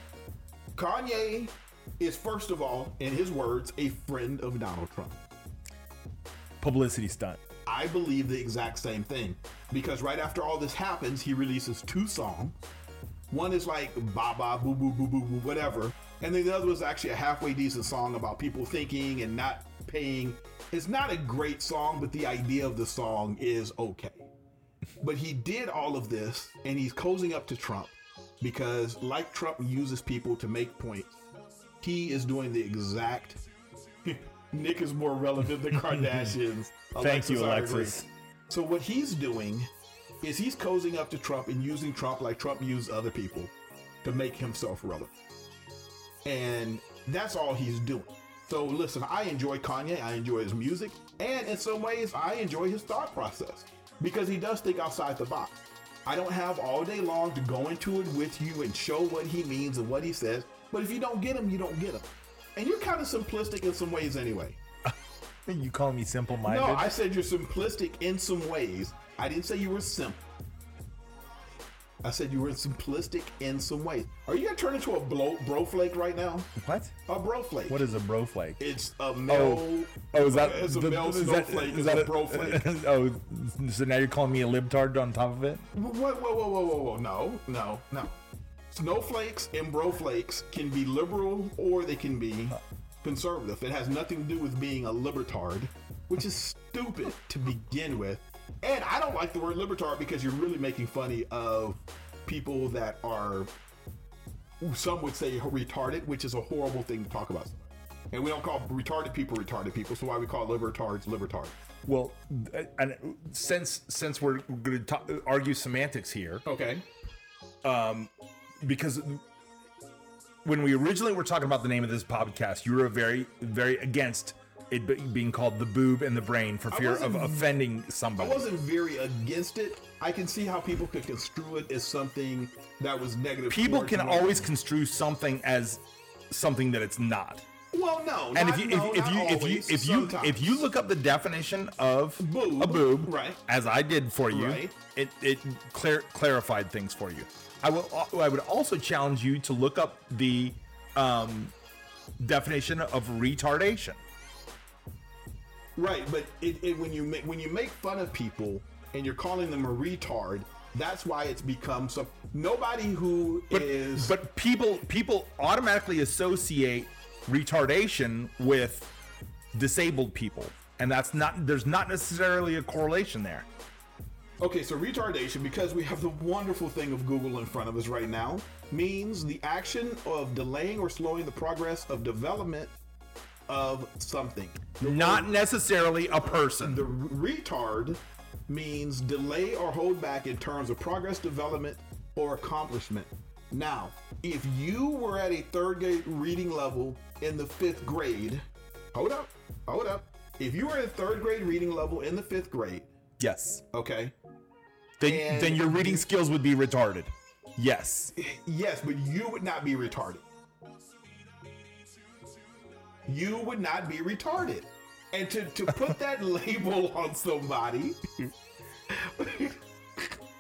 Speaker 2: Kanye is first of all, in his words, a friend of Donald Trump.
Speaker 3: it? Publicity stunt.
Speaker 2: I believe the exact same thing because right after all this happens, he releases two songs. One is like "Baba Boo Boo Boo Boo Boo" whatever, and then the other was actually a halfway decent song about people thinking and not paying. It's not a great song, but the idea of the song is okay. But he did all of this, and he's cozying up to Trump because, like Trump uses people to make points, he is doing the exact. Nick is more relevant than Kardashians.
Speaker 3: Thank you,
Speaker 2: I agree.
Speaker 3: Alexis.
Speaker 2: So what he's doing is he's cozying up to Trump and using Trump like Trump used other people to make himself relevant. And that's all he's doing. So listen, I enjoy Kanye, I enjoy his music, and in some ways I enjoy his thought process because he does think outside the box. I don't have all day long to go into it with you and show what he means and what he says, but if you don't get him, you don't get him. And you're kind of simplistic in some ways anyway.
Speaker 3: You call me simple minded?
Speaker 2: No, I said you're simplistic in some ways. I didn't say you were simple. I said you were simplistic in some ways. Are you gonna turn into a blo- bro flake right now?
Speaker 3: What?
Speaker 2: A bro flake.
Speaker 3: What is a bro flake?
Speaker 2: It's a male.
Speaker 3: Oh, is
Speaker 1: uh,
Speaker 3: that
Speaker 2: It's a
Speaker 3: the-
Speaker 2: male
Speaker 3: is that-
Speaker 2: snowflake.
Speaker 3: is
Speaker 2: Is
Speaker 3: that
Speaker 2: a bro flake.
Speaker 3: oh, so now you're calling me a libtard on top of it?
Speaker 2: Whoa, whoa, whoa, whoa, whoa, whoa! No, Oh, no, no. Snowflakes and bro flakes can be liberal or they can be conservative. It has nothing to do with being a libertard, which is stupid to begin with. And I don't like the word libertard because you're really making funny of people that are, some would say retarded, which is a horrible thing to talk about. And we don't call retarded people retarded people, so why we call libertards libertards.
Speaker 3: Well, uh, and since since we're going to argue semantics here,
Speaker 2: Okay.
Speaker 3: um, because when we originally were talking about the name of this podcast, you were very very against it be- being called the boob and the brain for fear of
Speaker 2: wasn't-
Speaker 3: offending
Speaker 2: I
Speaker 3: somebody.
Speaker 2: wasn't very against it. I can see how people could construe it as something that was negative.
Speaker 3: People
Speaker 2: towards
Speaker 3: can
Speaker 2: women.
Speaker 3: always construe something as something that it's not.
Speaker 2: Well, no.
Speaker 3: And
Speaker 2: not,
Speaker 3: if you
Speaker 2: no,
Speaker 3: if, if
Speaker 2: not
Speaker 3: you
Speaker 2: always,
Speaker 3: if you if you
Speaker 2: sometimes.
Speaker 3: if you look up the definition of
Speaker 2: Boob,
Speaker 3: a boob,
Speaker 2: right.
Speaker 3: as I did for you,
Speaker 2: Right.
Speaker 3: it it clar- clarified things for you. I will I would also challenge you to look up the um, definition of retardation.
Speaker 2: right, but it, it, when you make when you make fun of people and you're calling them a retard, that's why it's become some nobody who is
Speaker 3: But people people automatically associate retardation with disabled people. And that's not, there's not necessarily a correlation there.
Speaker 1: Okay, so retardation, because we have the wonderful thing of Google in front of us right now, means the action of delaying or slowing the progress of development of something.
Speaker 3: Not necessarily a person.
Speaker 1: The retard means delay or hold back in terms of progress, development, or accomplishment. Now, if you were at a third grade reading level in the fifth grade, hold up, hold up. If you were at a third grade reading level in the fifth grade,
Speaker 3: Yes.
Speaker 1: okay,
Speaker 3: Then, then your reading skills would be retarded. Yes.
Speaker 1: yes, but you would not be retarded. You would not be retarded. And to, to put that label on somebody,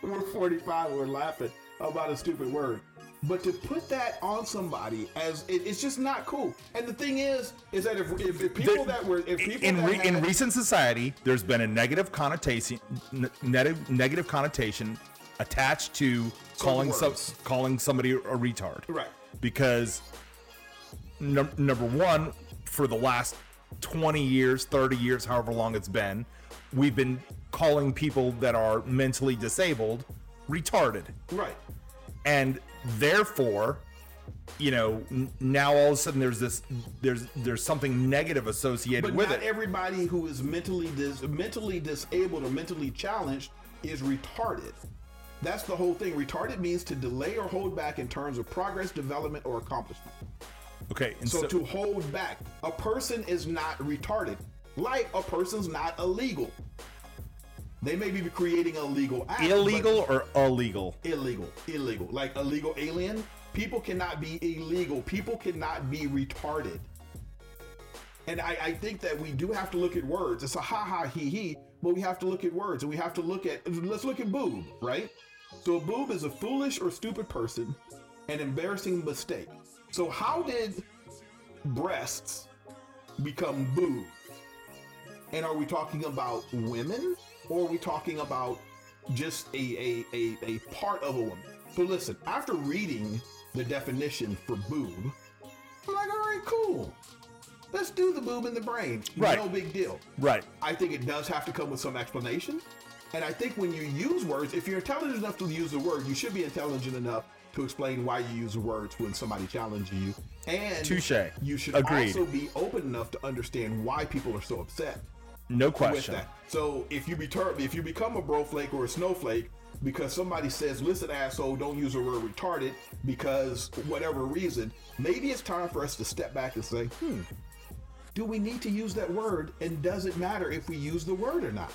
Speaker 1: we're 45, we're laughing about a stupid word. But to put that on somebody as it, it's just not cool. And the thing is, is that if, if, if people that were if people
Speaker 3: in,
Speaker 1: that
Speaker 3: re- in
Speaker 1: had-
Speaker 3: recent society, there's been a negative connotation, n- negative negative connotation attached to calling some,
Speaker 1: words.
Speaker 3: calling somebody a retard.
Speaker 1: Right.
Speaker 3: Because num- number one, for the last 20 years, 30 years, however long it's been, we've been calling people that are mentally disabled retarded.
Speaker 1: right,
Speaker 3: and therefore you know n- now all of a sudden there's this there's there's something negative associated
Speaker 1: but
Speaker 3: with
Speaker 1: not
Speaker 3: it
Speaker 1: everybody who is mentally dis- mentally disabled or mentally challenged is retarded. That's the whole thing. Retarded means to delay or hold back in terms of progress, development, or accomplishment.
Speaker 3: okay and
Speaker 1: So,
Speaker 3: so,
Speaker 1: to hold back, a person is not retarded. Like a person's not illegal. They may be creating a legal act. but-
Speaker 3: illegal or illegal
Speaker 1: illegal, illegal. Like illegal alien. People cannot be illegal. People cannot be retarded. And I, I think that we do have to look at words. It's a ha ha he he, but we have to look at words and we have to look at let's look at boob, right? So a boob is a foolish or stupid person, an embarrassing mistake. So how did breasts become boob? And are we talking about women or are we talking about just a, a, a, a part of a woman? So listen, after reading the definition for boob, I'm like, all right, cool. Let's do the boob in the brain.
Speaker 3: Right.
Speaker 1: No big deal.
Speaker 3: right
Speaker 1: I think it does have to come with some explanation. And I think when you use words, if you're intelligent enough to use the word, you should be intelligent enough to explain why you use words when somebody challenges you. And
Speaker 3: Touche.
Speaker 1: you should
Speaker 3: Agreed.
Speaker 1: also be open enough to understand why people are so upset
Speaker 3: no
Speaker 1: with
Speaker 3: question
Speaker 1: that. So if you be tur- if you become a bro flake or a snowflake because somebody says, "Listen, asshole, don't use the word retarded," because whatever reason, maybe it's time for us to step back and say, "Hmm, do we need to use that word? And does it matter if we use the word or not?"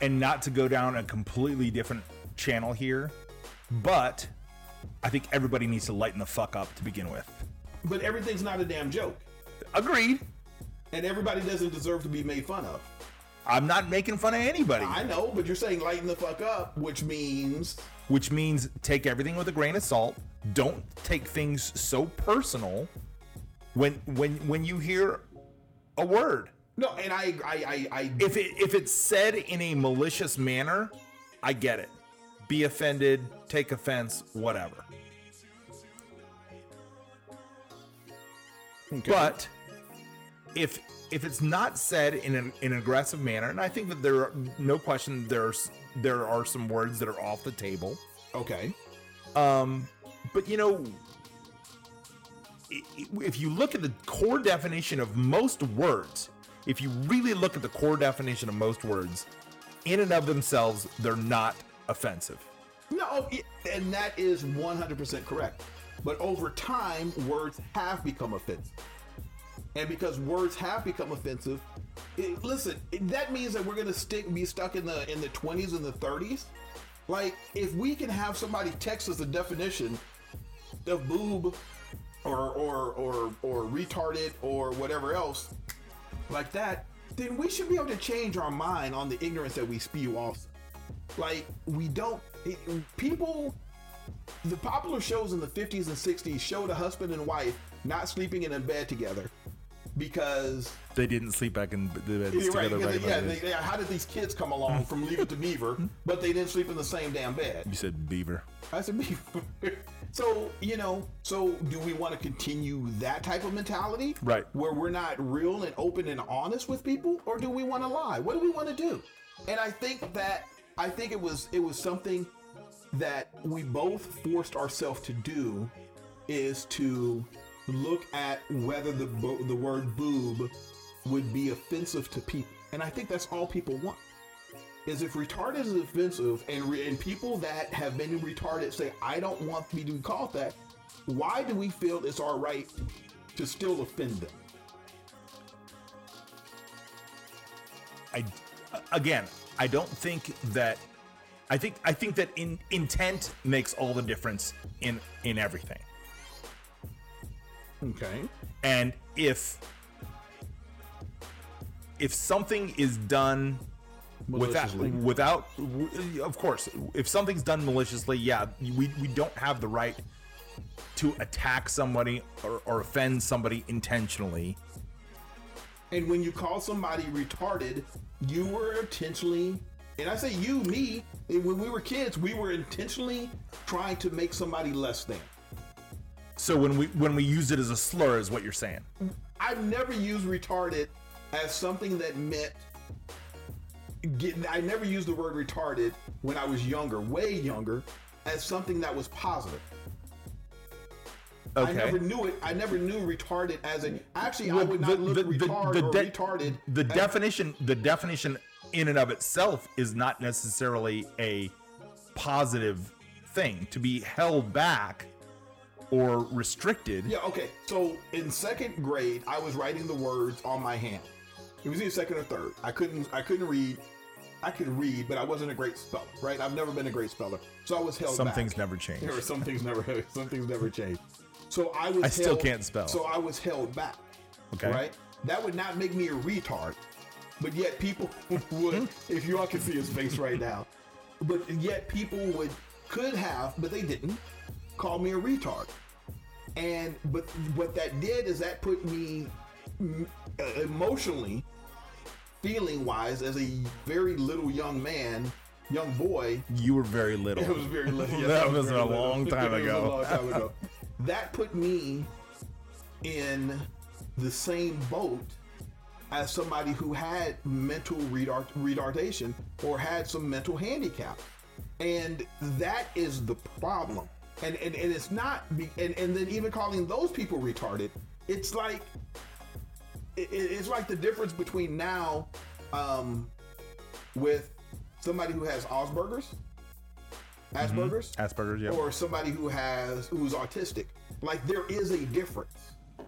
Speaker 3: and not to go down a completely different channel here but i think everybody needs to lighten the fuck up to begin with
Speaker 1: But everything's not a damn joke,
Speaker 3: agreed
Speaker 1: and everybody doesn't deserve to be made fun of.
Speaker 3: i'm not making fun of anybody
Speaker 1: I know, but you're saying lighten the fuck up, which means
Speaker 3: which means take everything with a grain of salt. Don't take things so personal when when when you hear a word.
Speaker 1: no. And I, I, I, I
Speaker 3: If it if it's said in a malicious manner, I get it. Be offended, take offense, whatever. But if if it's not said in an, in an aggressive manner, and I think that there are no question there's there are some words that are off the table.
Speaker 1: okay.
Speaker 3: Um, but you know, i- i- if you look at the core definition of most words, if you really look at the core definition of most words, in and of themselves, they're not offensive.
Speaker 1: No, it- and that is 100% correct. But over time, words have become offensive. And because words have become offensive, it, listen, it- that means that we're going to stick be stuck in the in the 20s and the 30s. Like if we can have somebody text us the definition of boob or or or or retarded or whatever else like that, then we should be able to change our mind on the ignorance that we spew also like we don't it, people the popular shows in the 50s and 60s showed a husband and wife not sleeping in a bed together because
Speaker 3: They didn't sleep back in the beds
Speaker 1: you're right,
Speaker 3: together.
Speaker 1: because
Speaker 3: back in
Speaker 1: they-
Speaker 3: the
Speaker 1: yeah,
Speaker 3: days.
Speaker 1: they, they- how did these kids come along from Leave It to Beaver, but they didn't sleep in the same damn bed?
Speaker 3: you said beaver.
Speaker 1: I said Beaver. so you know, so do we want to continue that type of mentality,
Speaker 3: Right.
Speaker 1: Where we're not real and open and honest with people, or do we want to lie? What do we want to do? And I think that I think it was it was something that we both forced ourselves to do is to look at whether the bo- the word boob would be offensive to people, and I think that's all people want. Is if retarded is offensive, and re- and people that have been retarded say, "I don't want to be called that," why do we feel it's our right to still offend them?
Speaker 3: I again, I don't think that I think I think that in intent makes all the difference in in everything.
Speaker 1: Okay.
Speaker 3: And if if something is done without
Speaker 1: Maliciously.
Speaker 3: without w- of course, if something's done maliciously, yeah, we we don't have the right to attack somebody or, or offend somebody intentionally.
Speaker 1: And when you call somebody retarded, you were intentionally, and I say you, me, and when we were kids, we were intentionally trying to make somebody less than.
Speaker 3: So when we when we use it as a slur is what you're saying.
Speaker 1: I've never used retarded as something that meant getting, I never used the word retarded when I was younger, way younger, as something that was positive.
Speaker 3: Okay.
Speaker 1: I never knew it. I never knew retarded as a. Actually, I
Speaker 3: Well,
Speaker 1: would
Speaker 3: the-
Speaker 1: not look
Speaker 3: the- the-
Speaker 1: retarded
Speaker 3: the
Speaker 1: or
Speaker 3: de-
Speaker 1: retarded.
Speaker 3: The
Speaker 1: as-
Speaker 3: definition, the definition in and of itself is not necessarily a positive thing to be held back or restricted.
Speaker 1: Yeah, okay. So in second grade, I was writing the words on my hand. It was either second or third. I couldn't I couldn't read. I could read, but I wasn't a great speller, right? I've never been a great speller. So I was held
Speaker 3: Some
Speaker 1: back.
Speaker 3: things never change.
Speaker 1: There were some things never some things never changed. So I was
Speaker 3: I still
Speaker 1: held-
Speaker 3: can't spell.
Speaker 1: So I was held back
Speaker 3: Okay.
Speaker 1: right? That would not make me a retard, but yet people would. if y'all can see his face right now, but yet people would could have, but they didn't call me a retard. And but what that did is that put me mm, uh, emotionally, feeling wise, as a very little young man, young boy,
Speaker 3: You were very little.
Speaker 1: it was very little. yes,
Speaker 3: That
Speaker 1: it
Speaker 3: was
Speaker 1: very
Speaker 3: a
Speaker 1: little.
Speaker 3: long time
Speaker 1: It was a
Speaker 3: ago.
Speaker 1: long time ago. That put me in the same boat as somebody who had mental retard- retardation or had some mental handicap. And that is the problem. And, and, and it's not, be, and, and then even calling those people retarded, it's like, it, it- it's like the difference between now um, with somebody who has Asperger's, Asperger's,
Speaker 3: Asperger's, yeah.
Speaker 1: or somebody who has who's autistic. Like there is a difference,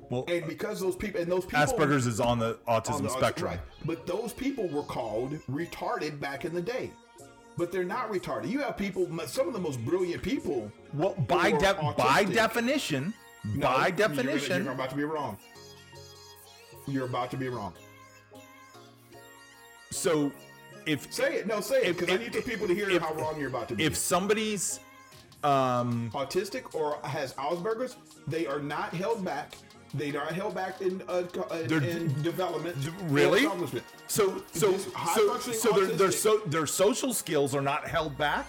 Speaker 3: well,
Speaker 1: and because those people and those people
Speaker 3: Asperger's is on the autism
Speaker 1: on the-
Speaker 3: spectrum.
Speaker 1: right. but those people were called retarded back in the day. But they're not retarded. You have people, some of the most brilliant people.
Speaker 3: Well, by
Speaker 1: who are
Speaker 3: de- by
Speaker 1: autistic.
Speaker 3: definition,
Speaker 1: No,
Speaker 3: by
Speaker 1: you're-
Speaker 3: definition,
Speaker 1: you're about to be wrong. You're about to be wrong.
Speaker 3: so if
Speaker 1: Say it. No, say it.
Speaker 3: If-
Speaker 1: Because I
Speaker 3: if-
Speaker 1: need the people to hear
Speaker 3: if-
Speaker 1: how wrong you're about to be.
Speaker 3: if somebody's um
Speaker 1: autistic or has Asperger's, they are not held back. They are held back in uh, co- uh,
Speaker 3: They're-
Speaker 1: in development. and
Speaker 3: really
Speaker 1: accomplishment.
Speaker 3: so so
Speaker 1: This high
Speaker 3: so,
Speaker 1: functioning
Speaker 3: so their, their
Speaker 1: autistic.
Speaker 3: so their social skills are not held back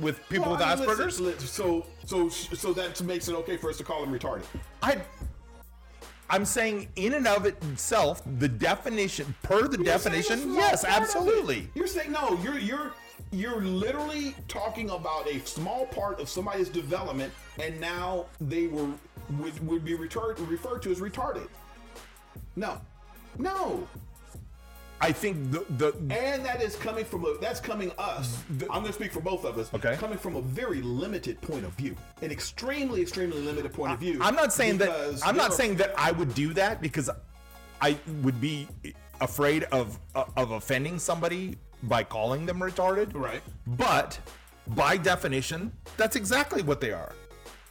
Speaker 3: with people
Speaker 1: Well, I
Speaker 3: with
Speaker 1: mean,
Speaker 3: asperger's
Speaker 1: listen, li- so so so that makes it okay for us to call them retarded.
Speaker 3: i i'm saying in and of itself the definition per the
Speaker 1: You're saying this
Speaker 3: definition
Speaker 1: is
Speaker 3: yes
Speaker 1: all part of
Speaker 3: absolutely
Speaker 1: it. You're saying no. You're you're you're literally talking about a small part of somebody's development, and now they were would, would be retarded referred to as retarded. No, no.
Speaker 3: i think the the
Speaker 1: and that is coming from a that's coming us i'm going to speak for both of us
Speaker 3: Okay.
Speaker 1: coming from a very limited point of view an extremely extremely limited point of view
Speaker 3: i'm not saying that
Speaker 1: because
Speaker 3: i'm not
Speaker 1: there are-
Speaker 3: saying that i would do that because i would be afraid of of offending somebody by calling them retarded
Speaker 1: Right.
Speaker 3: but by definition that's exactly what they are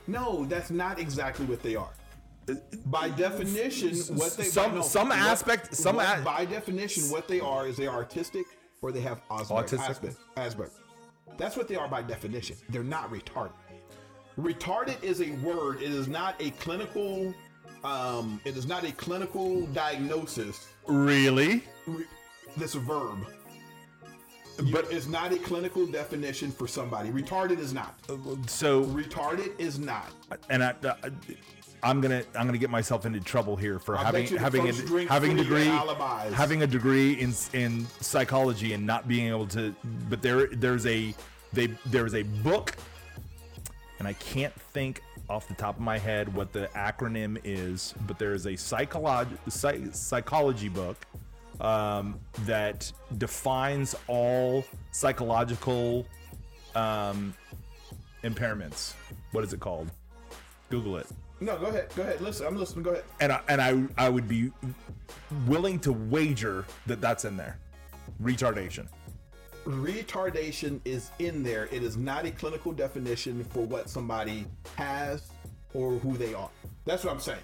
Speaker 1: no that's not exactly what they are by definition what they
Speaker 3: some-
Speaker 1: no,
Speaker 3: some aspect- some
Speaker 1: what,
Speaker 3: a-
Speaker 1: by definition what they are is they are artistic or they have Asperger,
Speaker 3: Autistic.
Speaker 1: Asperger, Asperger. that's what they are by definition they're not retarded retarded is a word it is not a clinical Um, it is not a clinical diagnosis.
Speaker 3: Really?
Speaker 1: Re- This verb. But it's not a clinical definition for somebody. Retarded is not.
Speaker 3: So,
Speaker 1: Retarded is not.
Speaker 3: and I, I- I'm gonna I'm gonna get myself into trouble here for
Speaker 1: I
Speaker 3: having
Speaker 1: bet you the
Speaker 3: having a,
Speaker 1: first drink
Speaker 3: having a
Speaker 1: free
Speaker 3: degree
Speaker 1: alibis.
Speaker 3: having a degree in in psychology and not being able to. But there there's a they there's a book, and I can't think off the top of my head what the acronym is. But there is a psycholog, psych, psychology book um, that defines all psychological um, impairments. What is it called? Google it.
Speaker 1: No, go ahead. Go ahead. Listen, I'm listening. Go ahead.
Speaker 3: And I, and I I would be willing to wager that that's in there. Retardation.
Speaker 1: Retardation is in there. It is not a clinical definition for what somebody has or who they are. That's what I'm saying.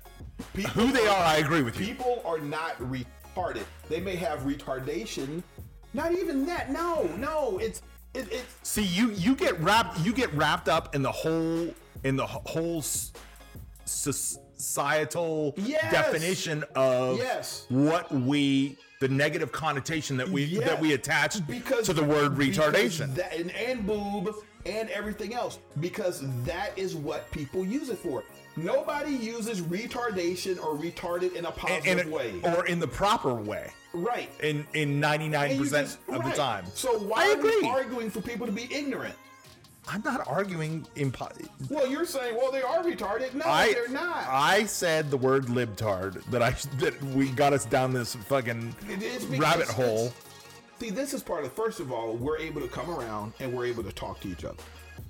Speaker 1: People,
Speaker 3: Who they are, I agree with you.
Speaker 1: people are not retarded. They may have retardation. Not even that. No, no. It's it, it's
Speaker 3: See, you you get wrapped you get wrapped up in the whole in the whole s- s- societal
Speaker 1: Yes.
Speaker 3: definition of
Speaker 1: Yes.
Speaker 3: what we the negative connotation that we
Speaker 1: Yeah.
Speaker 3: that we attach
Speaker 1: because
Speaker 3: to the word
Speaker 1: because
Speaker 3: retardation.
Speaker 1: that, and, and boob and everything else because that is what people use it for. Nobody uses retardation or retarded in a positive
Speaker 3: in, in a-
Speaker 1: way.
Speaker 3: or in the proper way
Speaker 1: right.
Speaker 3: in in 99%
Speaker 1: And you just-
Speaker 3: of
Speaker 1: right.
Speaker 3: the time
Speaker 1: So
Speaker 3: I
Speaker 1: why are we
Speaker 3: agree.
Speaker 1: arguing for people to be ignorant?
Speaker 3: i'm not arguing impo-
Speaker 1: Well, you're saying, well, they are retarded. No,
Speaker 3: I,
Speaker 1: they're not.
Speaker 3: I said the word libtard that I that we got us down this fucking
Speaker 1: It is because
Speaker 3: rabbit
Speaker 1: it's-
Speaker 3: hole.
Speaker 1: See, this is part of. First of all, we're able to come around and we're able to talk to each other,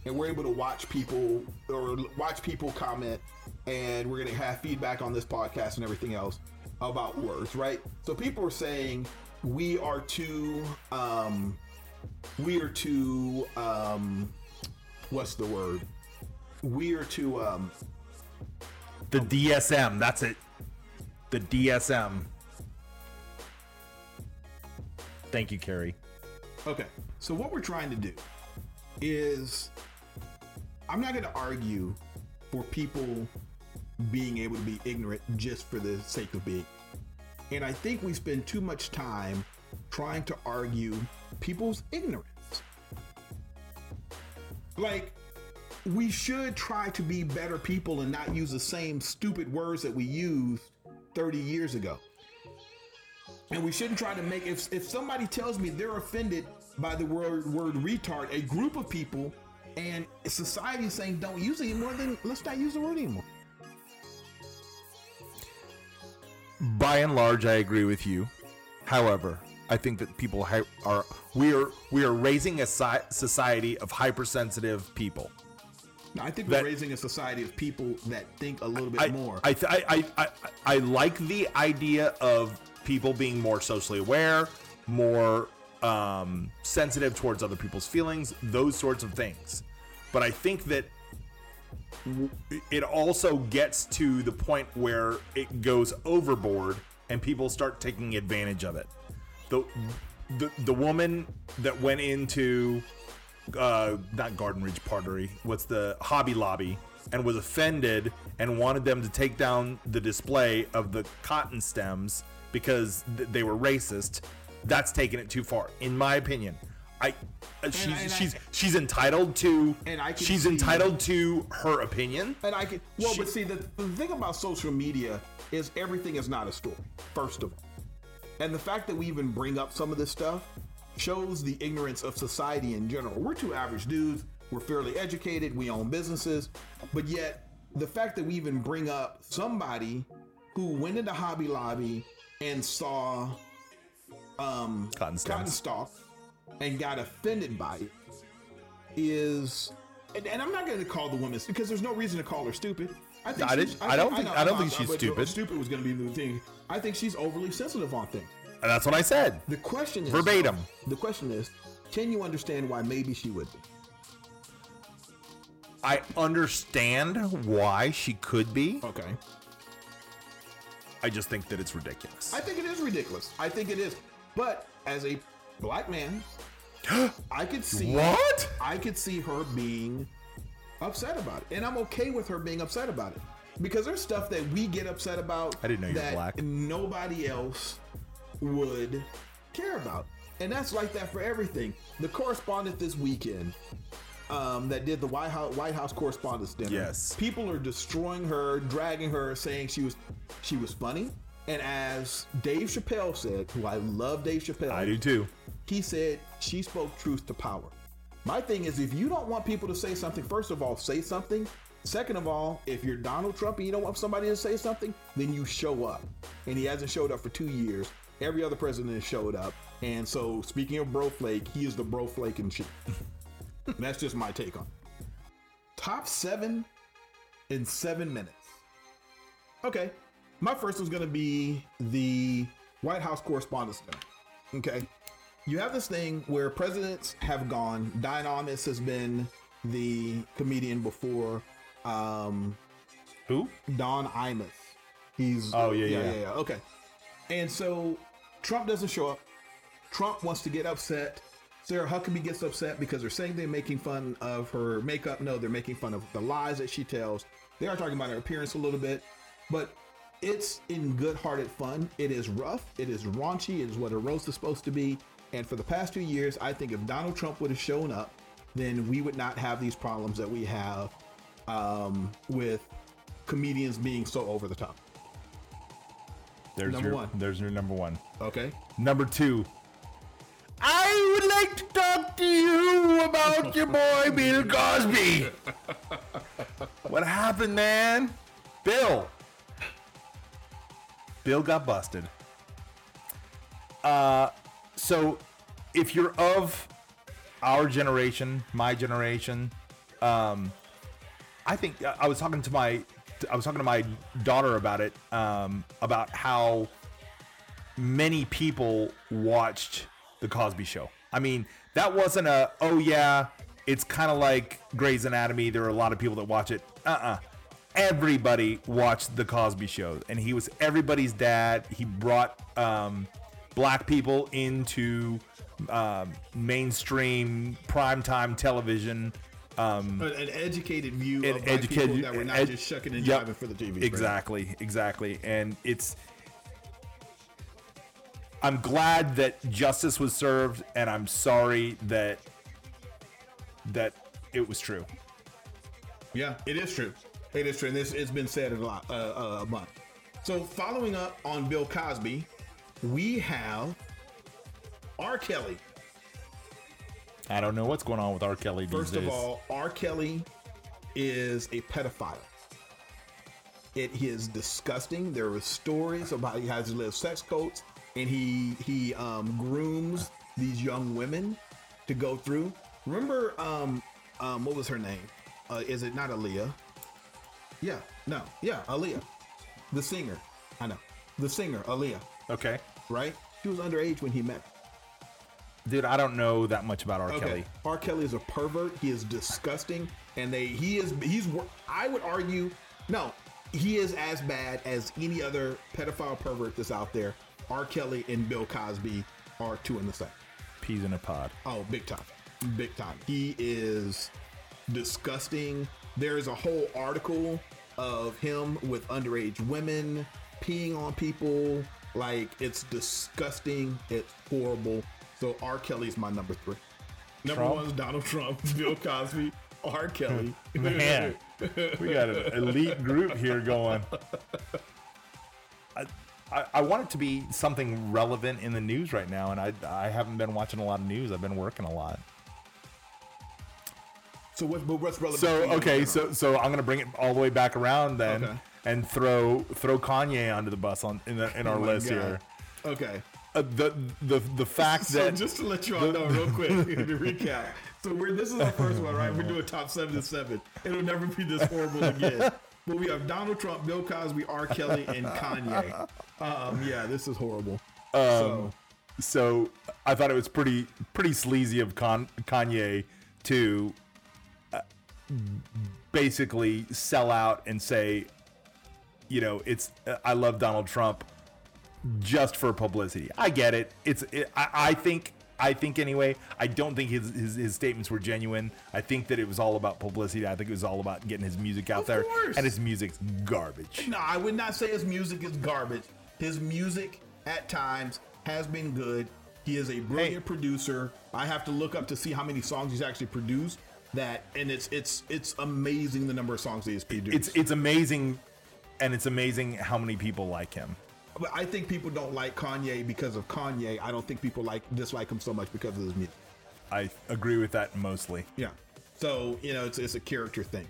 Speaker 1: and we're able to watch people or watch people comment, and we're gonna have feedback on this podcast and everything else about words, right? So people are saying we are too, um, we are too, um, what's the word? We are too. Um,
Speaker 3: The DSM, that's it. The DSM. Thank you, Carrie.
Speaker 1: Okay. So what we're trying to do is I'm not going to argue for people being able to be ignorant just for the sake of being. And I think we spend too much time trying to argue people's ignorance. Like we should try to be better people and not use the same stupid words that we used 30 years ago. And we shouldn't try to make if if somebody tells me they're offended by the word word retard, a group of people and society is saying don't use it anymore, then let's not use the word anymore.
Speaker 3: By and large, I agree with you. However, I think that people hi- are we are we are raising a si- society of hypersensitive people.
Speaker 1: Now, I think
Speaker 3: That-
Speaker 1: we're raising a society of people that think a little bit
Speaker 3: I,
Speaker 1: more.
Speaker 3: I, th- I, I, I, I like the idea of people being more socially aware, more um, sensitive towards other people's feelings, those sorts of things. But I think that w- it also gets to the point where it goes overboard and people start taking advantage of it. The, the, the woman that went into uh, not Garden Ridge Pottery, what's the Hobby Lobby, and was offended and wanted them to take down the display of the cotton stems because th- they were racist. That's taking it too far, in my opinion. I uh, she's
Speaker 1: and I-
Speaker 3: she's she's entitled to
Speaker 1: And I can
Speaker 3: she's
Speaker 1: see-
Speaker 3: entitled to her opinion.
Speaker 1: and I could well, but
Speaker 3: She-
Speaker 1: see the, the thing about social media is everything is not a story. First of all, and the fact that we even bring up some of this stuff shows the ignorance of society in general. We're two average dudes. We're fairly educated. We own businesses, but yet the fact that we even bring up somebody who went into Hobby Lobby and saw um,
Speaker 3: Cotton stems.
Speaker 1: cotton stalks and got offended by it is and, and I'm not going to call the woman because there's no reason to call her stupid. I think
Speaker 3: I
Speaker 1: she's-
Speaker 3: didn't- I don't think- I don't think she's
Speaker 1: but
Speaker 3: stupid.
Speaker 1: Stupid was going to be the thing. I think she's overly sensitive on things.
Speaker 3: And that's what I said.
Speaker 1: The question is
Speaker 3: Verbatim.
Speaker 1: The question is, can you understand why maybe she would? be?
Speaker 3: I understand why she could be.
Speaker 1: Okay.
Speaker 3: I just think that it's ridiculous.
Speaker 1: I think it is ridiculous. I think it is. But as a black man, I could see
Speaker 3: what?
Speaker 1: I could see her being upset about it, and I'm okay with her being upset about it. because there's stuff that we get upset about.
Speaker 3: I didn't know you were
Speaker 1: that
Speaker 3: black.
Speaker 1: Nobody else would care about, and that's like that for everything. The correspondent this weekend um, that did the White House, White House Correspondents' Dinner.
Speaker 3: Yes.
Speaker 1: people are destroying her, dragging her, saying she was she was funny. And as Dave Chappelle said, who I love, Dave Chappelle.
Speaker 3: I do too.
Speaker 1: He said she spoke truth to power. My thing is, if you don't want people to say something, first of all, say something. Second of all, if you're Donald Trump and you don't want somebody to say something, then you show up. And he hasn't showed up for two years. Every other president has showed up. And so, speaking of bro flake, he is the bro flake in chief. And that's just my take on it. Top seven in seven minutes. Okay. My first was going to be the White House Correspondents' Dinner. Okay you have this thing where presidents have gone. Dine Amos has been the comedian before. Um,
Speaker 3: Who?
Speaker 1: Don Imus. He's
Speaker 3: Oh, yeah, yeah.
Speaker 1: yeah okay. And so Trump doesn't show up. Trump wants to get upset. Sarah Huckabee gets upset because they're saying they're making fun of her makeup. No, they're making fun of the lies that she tells. They are talking about her appearance a little bit, but it's in good-hearted fun. It is rough. It is raunchy. It is what a roast is supposed to be. And for the past two years, I think if Donald Trump would have shown up, then we would not have these problems that we have um, with comedians being so over the top.
Speaker 3: There's
Speaker 1: Number
Speaker 3: your
Speaker 1: one.
Speaker 3: there's your number one.
Speaker 1: Okay.
Speaker 3: Number two. I would like to talk to you about your boy Bill Cosby. what happened, man? Bill. Bill got busted. Uh, so if you're of our generation, my generation, um, I think uh, I- I was talking to my I was talking to my daughter about it, um, about how many people watched the Cosby Show. I mean, that wasn't a oh yeah, it's kind of like Grey's Anatomy. There are a lot of people that watch it. Uh-uh. Everybody watched the Cosby Show, and he was everybody's dad. He brought um, black people into um, mainstream primetime television. Um,
Speaker 1: An, an educated view
Speaker 3: and
Speaker 1: of
Speaker 3: educate
Speaker 1: educated, people
Speaker 3: you-
Speaker 1: that were not
Speaker 3: ed-
Speaker 1: just shucking and
Speaker 3: yep,
Speaker 1: jiving for the TV. program.
Speaker 3: Exactly, exactly. And it's I'm glad that justice was served and I'm sorry that that it was true.
Speaker 1: Yeah, it is true. It is true. And this it's been said a lot uh, uh, a month. So following up on Bill Cosby, we have R. Kelly.
Speaker 3: I don't know what's going on with R. Kelly these
Speaker 1: First
Speaker 3: days.
Speaker 1: of all, R. Kelly is a pedophile. It is disgusting. There were stories about he has little sex coats and he he um, grooms these young women to go through. Remember, um, um, what was her name? Uh, is it not Aaliyah? Yeah, no, yeah, Aaliyah, the singer. I know, the singer Aaliyah,
Speaker 3: okay,
Speaker 1: right? She was underage when he met. her.
Speaker 3: dude, I don't know that much about R. Kelly.
Speaker 1: R. Kelly is a pervert. He is disgusting, and they he is he's. wor- I would argue, no, he is as bad as any other pedophile pervert that's out there. R. Kelly and Bill Cosby are two in the same.
Speaker 3: Peas in a pod.
Speaker 1: Oh, big time, big time. He is disgusting. There is a whole article of him with underage women peeing on people. Like it's disgusting. It's horrible. So R. Kelly is my number three. Number
Speaker 3: Trump?
Speaker 1: one is Donald Trump, Bill Cosby, R. Kelly.
Speaker 3: Man, we got an elite group here going. I, I, I want it to be something relevant in the news right now, and I, I haven't been watching a lot of news. I've been working a lot.
Speaker 1: So what's, but what's relevant?
Speaker 3: So
Speaker 1: to you? Oh
Speaker 3: okay, so so I'm gonna bring it all the way back around then,
Speaker 1: Okay.
Speaker 3: and throw throw Kanye onto the bus on in, the, in our
Speaker 1: Oh my
Speaker 3: list
Speaker 1: God.
Speaker 3: here.
Speaker 1: Okay.
Speaker 3: Uh, the the the fact
Speaker 1: So
Speaker 3: that
Speaker 1: just to let you all know real quick to recap. So we're this is our first one, right? We're doing top seven to seven. It'll never be this horrible again. But we have Donald Trump, Bill Cosby, R. Kelly, and Kanye. Um, yeah, this is horrible. so
Speaker 3: so I thought it was pretty pretty sleazy of Con- Kanye to uh, basically sell out and say, you know, it's uh, I love Donald Trump just for publicity. I get it. It's it, I, I think I think anyway. I don't think his, his his statements were genuine. I think that it was all about publicity. I think it was all about getting his music out
Speaker 1: Of
Speaker 3: there,
Speaker 1: course.
Speaker 3: and his music's garbage.
Speaker 1: No, I would not say his music is garbage. His music at times has been good. He is a brilliant producer. I have to look up to see how many songs he's actually produced. That and it's it's it's amazing the number of songs he has produced.
Speaker 3: It's it's amazing, and it's amazing how many people like him.
Speaker 1: But I think people don't like Kanye because of Kanye. I don't think people like dislike him so much because of his music.
Speaker 3: I agree with that mostly.
Speaker 1: Yeah. So you know, it's it's a character thing.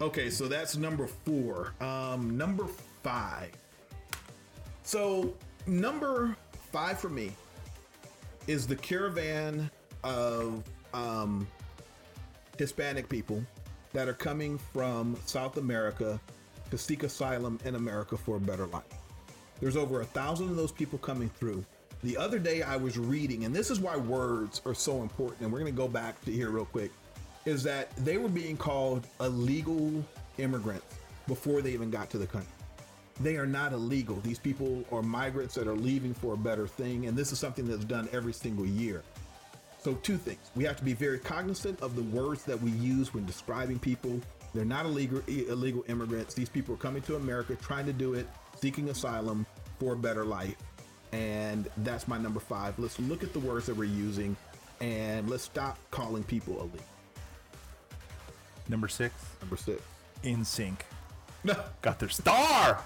Speaker 1: Okay, so that's number four. Um, number five. So number five for me is the caravan of um, Hispanic people that are coming from South America to seek asylum in America for a better life. There's over a thousand of those people coming through. The other day I was reading, and this is why words are so important, and we're gonna go back to here real quick, is that they were being called illegal immigrants before they even got to the country. They are not illegal. These people are migrants that are leaving for a better thing, and this is something that's done every single year. So, two things. We have to be very cognizant of the words that we use when describing people. They're not illegal, i- illegal immigrants. These people are coming to America trying to do it, seeking asylum for a better life. And that's my number five. Let's look at the words that we're using and let's stop calling people illegal.
Speaker 3: Number six,
Speaker 1: Number six.
Speaker 3: In Sync
Speaker 1: No.
Speaker 3: got their star.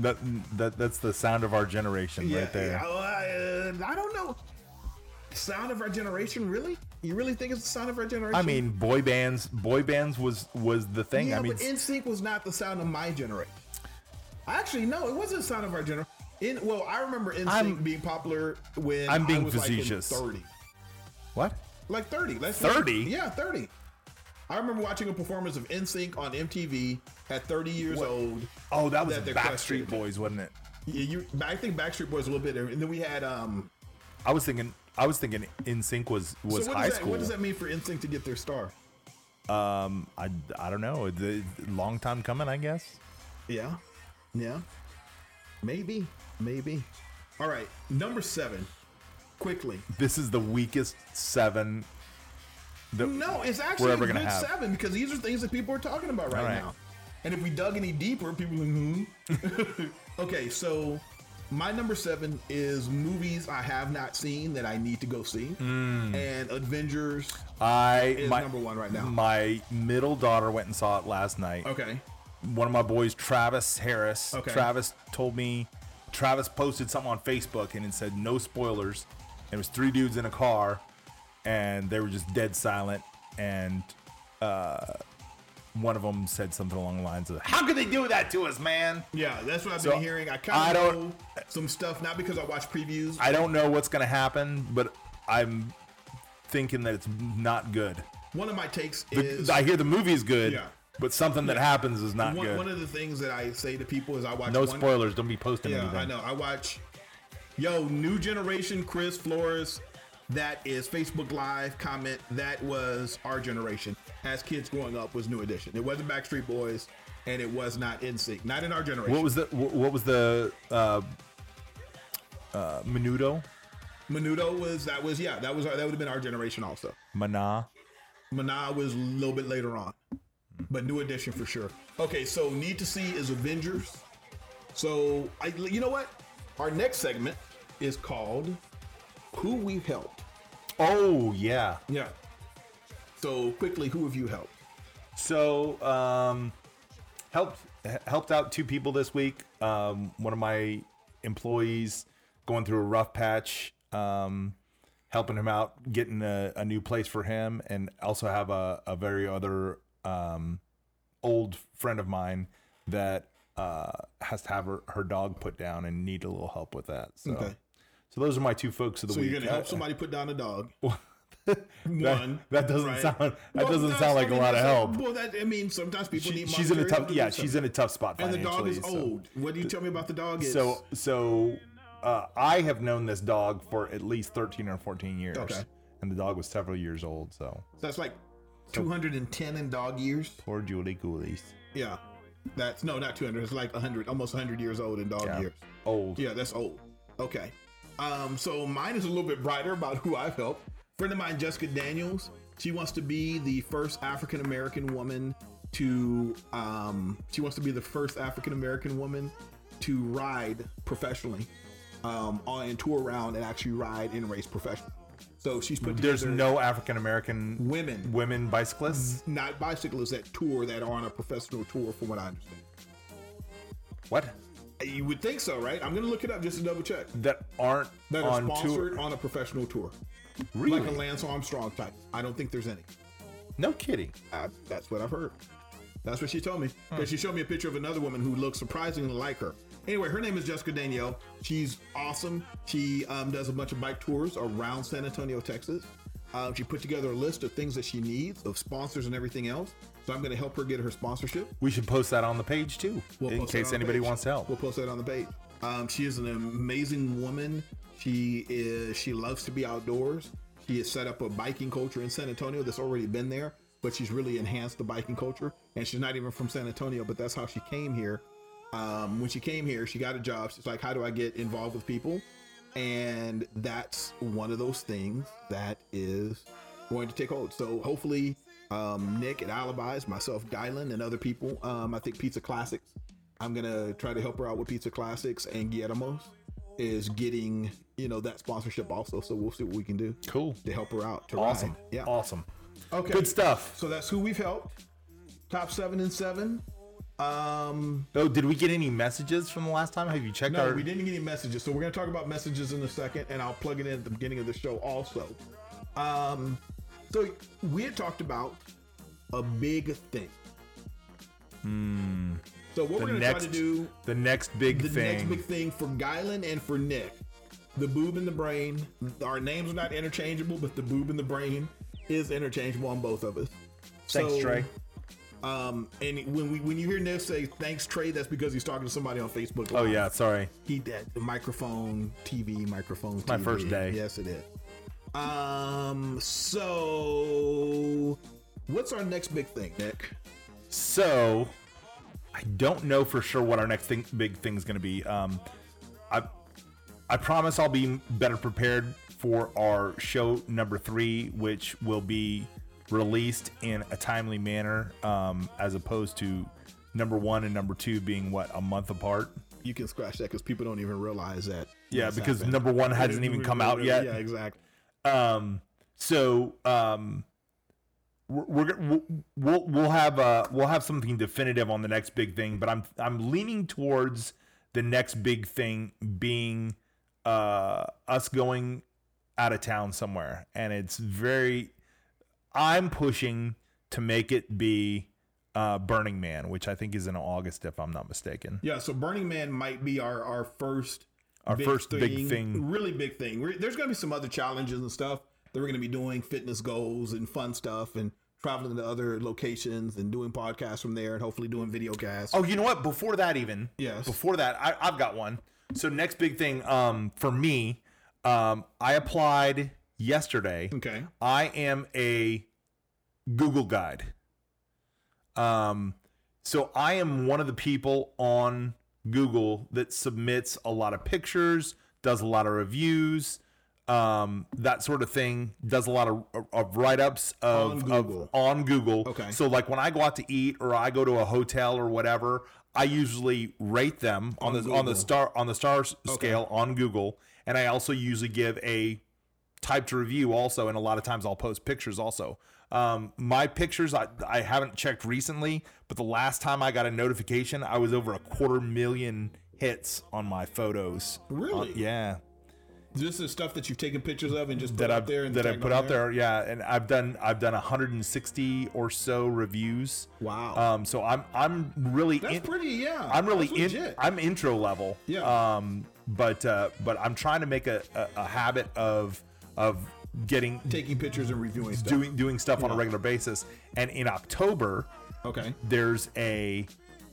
Speaker 3: that, that that's the sound of our generation
Speaker 1: Yeah,
Speaker 3: right there.
Speaker 1: yeah, well, I, uh, I don't know. Sound of our generation, really? You really think it's the sound of our generation?
Speaker 3: I mean, boy bands, boy bands was was the thing.
Speaker 1: Yeah,
Speaker 3: I mean,
Speaker 1: but NSYNC was not the sound of my generation. Actually, no, it wasn't the sound of our generation. In well, I remember NSYNC
Speaker 3: I'm-
Speaker 1: being popular when
Speaker 3: I'm being
Speaker 1: I was
Speaker 3: facetious.
Speaker 1: Like in thirty,
Speaker 3: what?
Speaker 1: like thirty, like
Speaker 3: 30?
Speaker 1: yeah, thirty. I remember watching a performance of NSYNC on MTV at thirty years old.
Speaker 3: Oh, that was
Speaker 1: That they're
Speaker 3: Backstreet
Speaker 1: questioned.
Speaker 3: Boys, wasn't it?
Speaker 1: Yeah, you, I think Backstreet Boys a little bit, and then we had um.
Speaker 3: I was thinking, I was thinking, In Sync was was
Speaker 1: so what
Speaker 3: high
Speaker 1: does that,
Speaker 3: school.
Speaker 1: What does that mean for NSYNC to get their star?
Speaker 3: um, I I don't know. The long time coming, I guess.
Speaker 1: Yeah. Yeah. Maybe. Maybe. All right. Number seven. Quickly.
Speaker 3: This is the weakest seven. that-
Speaker 1: No, it's actually a
Speaker 3: ever
Speaker 1: good
Speaker 3: gonna have.
Speaker 1: seven because these are things that people are talking about right,
Speaker 3: All right.
Speaker 1: now. And if we dug any deeper, people would like, hmm. okay, so my number seven is movies I have not seen that I need to go see.
Speaker 3: Hmm.
Speaker 1: And Avengers.
Speaker 3: I
Speaker 1: is number one right now.
Speaker 3: My middle daughter went and saw it last night.
Speaker 1: Okay.
Speaker 3: one of my boys, Travis Harris.
Speaker 1: Okay.
Speaker 3: Travis told me, Travis posted something on Facebook and it said no spoilers. It was three dudes in a car, and they were just dead silent. And uh, one of them said something along the lines of, "How could they do that to us, man?"
Speaker 1: Yeah, that's what I've
Speaker 3: So,
Speaker 1: been hearing. I
Speaker 3: I
Speaker 1: kind of
Speaker 3: don't-
Speaker 1: know some stuff, not because I watch previews.
Speaker 3: I don't know what's gonna happen, but I'm thinking that it's not good.
Speaker 1: One of my takes
Speaker 3: The-
Speaker 1: is
Speaker 3: I hear the movie's good,
Speaker 1: Yeah.
Speaker 3: but something that happens is not
Speaker 1: one,
Speaker 3: good.
Speaker 1: one of the things that I say to people is I watch
Speaker 3: no
Speaker 1: one,
Speaker 3: spoilers. Don't be posting
Speaker 1: Yeah,
Speaker 3: anything.
Speaker 1: I know. I watch. Yo, new generation Chris Flores. That is Facebook Live comment. That was our generation. As kids growing up was New Edition. It wasn't Backstreet Boys, and it was not NSYNC. Not in our generation.
Speaker 3: What was the wh- what was the uh, uh, Menudo
Speaker 1: Menudo was that was yeah that was our, that would have been our generation also.
Speaker 3: Mana?
Speaker 1: Mana was a little bit later on, but New Edition for sure. Okay, so need to see is Avengers. So I, you know what? Our next segment is called "Who We've Helped."
Speaker 3: Oh yeah.
Speaker 1: Yeah. So quickly, who have you helped?
Speaker 3: So um, helped h- helped out two people this week. Um, one of my employees going through a rough patch. Um, helping him out, getting a, a new place for him, and also have a, a very other um, old friend of mine that uh, has to have her, her dog put down and need a little help with that. So.
Speaker 1: Okay.
Speaker 3: So those are my two folks of the
Speaker 1: So
Speaker 3: week.
Speaker 1: you're gonna help
Speaker 3: Uh,
Speaker 1: somebody put down a dog.
Speaker 3: that,
Speaker 1: One,
Speaker 3: that doesn't
Speaker 1: right?
Speaker 3: sound. That
Speaker 1: Well,
Speaker 3: doesn't
Speaker 1: that's-
Speaker 3: sound like a
Speaker 1: I mean,
Speaker 3: lot of
Speaker 1: that's-
Speaker 3: help.
Speaker 1: Well, that I mean, sometimes people
Speaker 3: She-
Speaker 1: need.
Speaker 3: she's in a
Speaker 1: monetary help
Speaker 3: tough.
Speaker 1: to do
Speaker 3: Yeah, she's
Speaker 1: something.
Speaker 3: in a tough spot
Speaker 1: And the
Speaker 3: financially.
Speaker 1: dog is
Speaker 3: so.
Speaker 1: old. What do you tell me about the dog? Is
Speaker 3: So so uh, I have known this dog for at least 13 or 14 years.
Speaker 1: Okay.
Speaker 3: And the dog was several years old, so
Speaker 1: that's like 210 in dog years.
Speaker 3: poor Julie Coolies.
Speaker 1: Yeah, that's no, not 200. It's like 100, almost 100 years old in dog
Speaker 3: Yeah.
Speaker 1: years.
Speaker 3: Old.
Speaker 1: Yeah, that's old. Okay. Um, so mine is a little bit brighter about who I've helped. Friend of mine, Jessica Daniels. She wants to be the first African American woman to. Um, she wants to be the first African American woman to ride professionally um, on and tour around and actually ride and race professionally. So she's put
Speaker 3: There's
Speaker 1: together
Speaker 3: no African American
Speaker 1: women,
Speaker 3: women bicyclists.
Speaker 1: not bicyclists, that tour that are on a professional tour, from what I understand.
Speaker 3: What?
Speaker 1: You would think so, right? I'm gonna look it up just to double check.
Speaker 3: That aren't
Speaker 1: That are
Speaker 3: on
Speaker 1: sponsored
Speaker 3: tour.
Speaker 1: on a professional tour.
Speaker 3: Really?
Speaker 1: like a Lance Armstrong type. I don't think there's any.
Speaker 3: no kidding.
Speaker 1: I, that's what I've heard. That's what she told me. Because she showed me a picture of another woman who looks surprisingly like her. Anyway, her name is Jessica Danielle. She's awesome. She um, does a bunch of bike tours around San Antonio, Texas. Um, she put together a list of things that she needs, of sponsors and everything else. So I'm going to help her get her sponsorship.
Speaker 3: We should post that on the page too,
Speaker 1: We'll
Speaker 3: in
Speaker 1: post that
Speaker 3: case
Speaker 1: on the
Speaker 3: anybody
Speaker 1: page.
Speaker 3: wants to help.
Speaker 1: We'll post that on the page. Um, she is an amazing woman. She is. She loves to be outdoors. She has set up a biking culture in San Antonio that's already been there, but she's really enhanced the biking culture. And she's not even from San Antonio, but that's how she came here. Um, when she came here, she got a job. She's like, "How do I get involved with people?" And that's one of those things that is going to take hold. So hopefully, um, Nick at Alibis, myself, Dylan, and other people. Um, I think Pizza Classics. I'm gonna try to help her out with Pizza Classics and Guillermo's is getting you know that sponsorship also. So we'll see what we can do
Speaker 3: cool.
Speaker 1: to help her out. To
Speaker 3: Awesome.
Speaker 1: Ride. Yeah.
Speaker 3: Awesome.
Speaker 1: Okay.
Speaker 3: Good stuff.
Speaker 1: So that's who we've helped. Top seven and seven. Um,
Speaker 3: Oh, did we get any messages from the last time? Have you checked
Speaker 1: no,
Speaker 3: our?
Speaker 1: we didn't get any messages. So we're gonna talk about messages in a second, and I'll plug it in at the beginning of the show also. Um, so we had talked about a big thing. So what we're
Speaker 3: Hmm. The
Speaker 1: gonna
Speaker 3: next,
Speaker 1: try to do
Speaker 3: the next big
Speaker 1: the
Speaker 3: thing.
Speaker 1: next big thing for Guylin and for Nick. The boob and the brain. Our names are not interchangeable, but the boob and the brain is interchangeable on both of us.
Speaker 3: Thanks,
Speaker 1: So,
Speaker 3: Trey.
Speaker 1: Um, and when we when you hear Nick say "Thanks, Trey," that's because he's talking to somebody on Facebook.
Speaker 3: Oh
Speaker 1: Live.
Speaker 3: yeah, sorry.
Speaker 1: he that the microphone TV microphone.
Speaker 3: my
Speaker 1: TV.
Speaker 3: first day.
Speaker 1: Yes, it is. Um. So, what's our next big thing, Nick?
Speaker 3: So, I don't know for sure what our next thing, big thing is going to be. Um, I I promise I'll be better prepared for our show number three, which will be released in a timely manner, um, as opposed to number one and number two being what a month apart.
Speaker 1: You can scratch that because people don't even realize that.
Speaker 3: Yeah,
Speaker 1: that's
Speaker 3: because
Speaker 1: happened.
Speaker 3: number one hasn't even come out yet.
Speaker 1: Yeah, exactly.
Speaker 3: Um, so um, we're, we're gonna- we'll we'll have uh we'll have something definitive on the next big thing, but I'm I'm leaning towards the next big thing being uh us going out of town somewhere, and it's very I'm pushing to make it be uh Burning Man, which I think is in August if I'm not mistaken.
Speaker 1: Yeah, so Burning Man might be our our first
Speaker 3: Our first big thing.
Speaker 1: really big thing. We're, there's going to be some other challenges and stuff that we're going to be doing, fitness goals and fun stuff, and traveling to other locations and doing podcasts from there, and hopefully doing video casts.
Speaker 3: Oh, you know what? Before that, even
Speaker 1: Yes.
Speaker 3: Before that, I, I've got one. So next big thing, um, for me, um, I applied yesterday.
Speaker 1: okay.
Speaker 3: I am a Google guide. Um, so I am one of the people on Google that submits a lot of pictures, does a lot of reviews, um, that sort of thing. Does a lot of, of write ups of
Speaker 1: On
Speaker 3: of-
Speaker 1: Google.
Speaker 3: on Google.
Speaker 1: Okay.
Speaker 3: So like when I go out to eat or I go to a hotel or whatever, I usually rate them on,
Speaker 1: On
Speaker 3: the on the
Speaker 1: Google.
Speaker 3: star on the star s- scale on Google, and I also usually give a typed review also and a lot of times i'll post pictures also um, my pictures I, I haven't checked recently but the last time i got a notification i was over a quarter million hits on my photos
Speaker 1: Really?
Speaker 3: Uh, yeah
Speaker 1: This is stuff that you've taken pictures of and just put
Speaker 3: that
Speaker 1: out
Speaker 3: i've
Speaker 1: there and
Speaker 3: that i
Speaker 1: tagged
Speaker 3: put
Speaker 1: on
Speaker 3: out there. yeah and i've done i've done 160 or so reviews
Speaker 1: Wow.
Speaker 3: um so i'm i'm really
Speaker 1: That's
Speaker 3: in-
Speaker 1: pretty. Yeah.
Speaker 3: I'm really
Speaker 1: That's
Speaker 3: in,
Speaker 1: legit.
Speaker 3: I'm intro level.
Speaker 1: Yeah.
Speaker 3: Um, but uh, but I'm trying to make a, a, a habit of of getting
Speaker 1: taking pictures and reviewing stuff.
Speaker 3: doing doing stuff on a regular basis. And in October,
Speaker 1: okay.
Speaker 3: there's a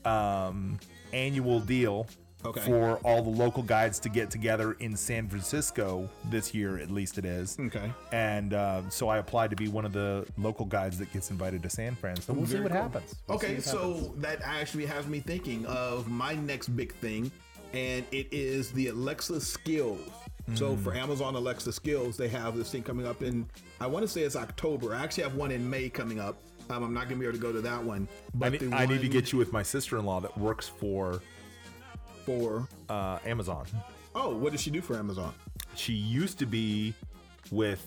Speaker 3: um, annual deal
Speaker 1: Okay.
Speaker 3: for all the local guides to get together in San Francisco this year, at least it is.
Speaker 1: Okay.
Speaker 3: And uh, so I applied to be one of the local guides that gets invited to San Fran. So we'll see
Speaker 1: Very
Speaker 3: what
Speaker 1: cool.
Speaker 3: happens. We'll see
Speaker 1: Okay,
Speaker 3: what
Speaker 1: so
Speaker 3: happens.
Speaker 1: that actually has me thinking of my next big thing and it is the Alexa Skills. So
Speaker 3: Hmm.
Speaker 1: for Amazon Alexa Skills, they have this thing coming up in I want to say it's October. I actually have one in May coming up. Um, I'm not gonna be able to go to that one, but
Speaker 3: I need,
Speaker 1: the
Speaker 3: I need to
Speaker 1: one
Speaker 3: get you with my sister-in-law that works for
Speaker 1: for.
Speaker 3: uh, Amazon.
Speaker 1: Oh, what does she do for Amazon?
Speaker 3: She used to be with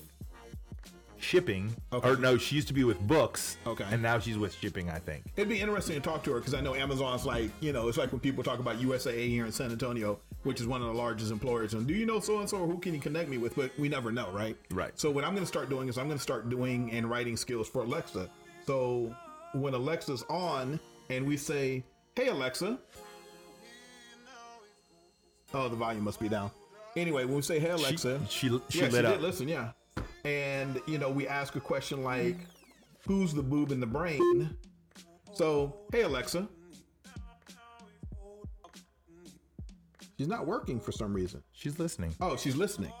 Speaker 3: shipping,
Speaker 1: Okay.
Speaker 3: or no, she used to be with books.
Speaker 1: Okay.
Speaker 3: and now she's with shipping. I think.
Speaker 1: It'd be interesting to talk to her because I know Amazon's like, you know, it's like when people talk about USAA here in San Antonio, which is one of the largest employers. And do you know so and so, or who can you connect me with? But we never know, right?
Speaker 3: Right.
Speaker 1: So what I'm going to start doing is I'm going to start doing and writing skills for Alexa. So when Alexa's on and we say, "Hey Alexa," oh, the volume must be down. Anyway, when we say, "Hey Alexa,"
Speaker 3: She she, she
Speaker 1: yeah,
Speaker 3: lit
Speaker 1: she
Speaker 3: up.
Speaker 1: did listen, yeah. And you know, we ask a question like, "Who's the boob in the brain?" So, hey Alexa, she's not working for some reason.
Speaker 3: She's listening.
Speaker 1: Oh, she's listening.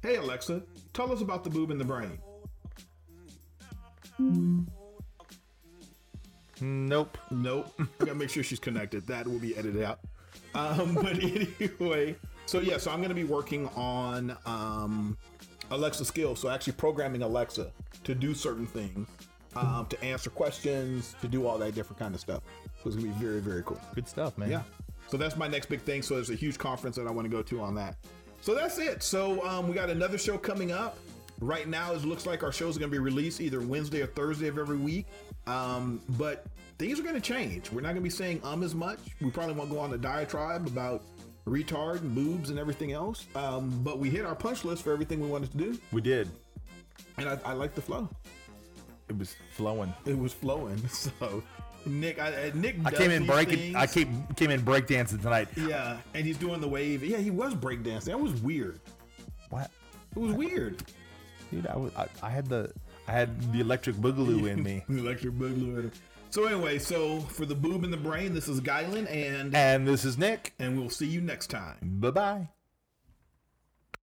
Speaker 1: Hey Alexa, tell us about the boob in the brain.
Speaker 3: Nope.
Speaker 1: Nope. I gotta make sure she's connected. That will be edited out. Um, but anyway, so yeah, so I'm gonna be working on um, Alexa skills. So actually programming Alexa to do certain things, um, to answer questions, to do all that different kind of stuff. So it's gonna be very, very cool.
Speaker 3: Good stuff, man.
Speaker 1: Yeah. So that's my next big thing. So there's a huge conference that I want to go to on that. So that's it. So um, we got another show coming up. Right now, it looks like our shows are going to be released either Wednesday or Thursday of every week. Um, but things are going to change. We're not going to be saying um as much. We probably won't go on a diatribe about retard and boobs and everything else. Um, but we hit our punch list for everything we wanted to do.
Speaker 3: We did.
Speaker 1: And I, I like the flow.
Speaker 3: It was flowing.
Speaker 1: It was flowing. So Nick, I, I- Nick,
Speaker 3: I
Speaker 1: does
Speaker 3: came in
Speaker 1: these
Speaker 3: breaking. I
Speaker 1: things.
Speaker 3: came came in breakdancing tonight.
Speaker 1: Yeah, and he's doing the wave. Yeah, he was breakdancing. That was weird.
Speaker 3: What?
Speaker 1: It was weird.
Speaker 3: Dude, I, was, I, I had the I had the electric boogaloo in me.
Speaker 1: Electric boogaloo. in him. So anyway, so for the boob in the brain, this is Guylin, and
Speaker 3: And this is Nick.
Speaker 1: and we'll see you next time.
Speaker 3: Bye bye.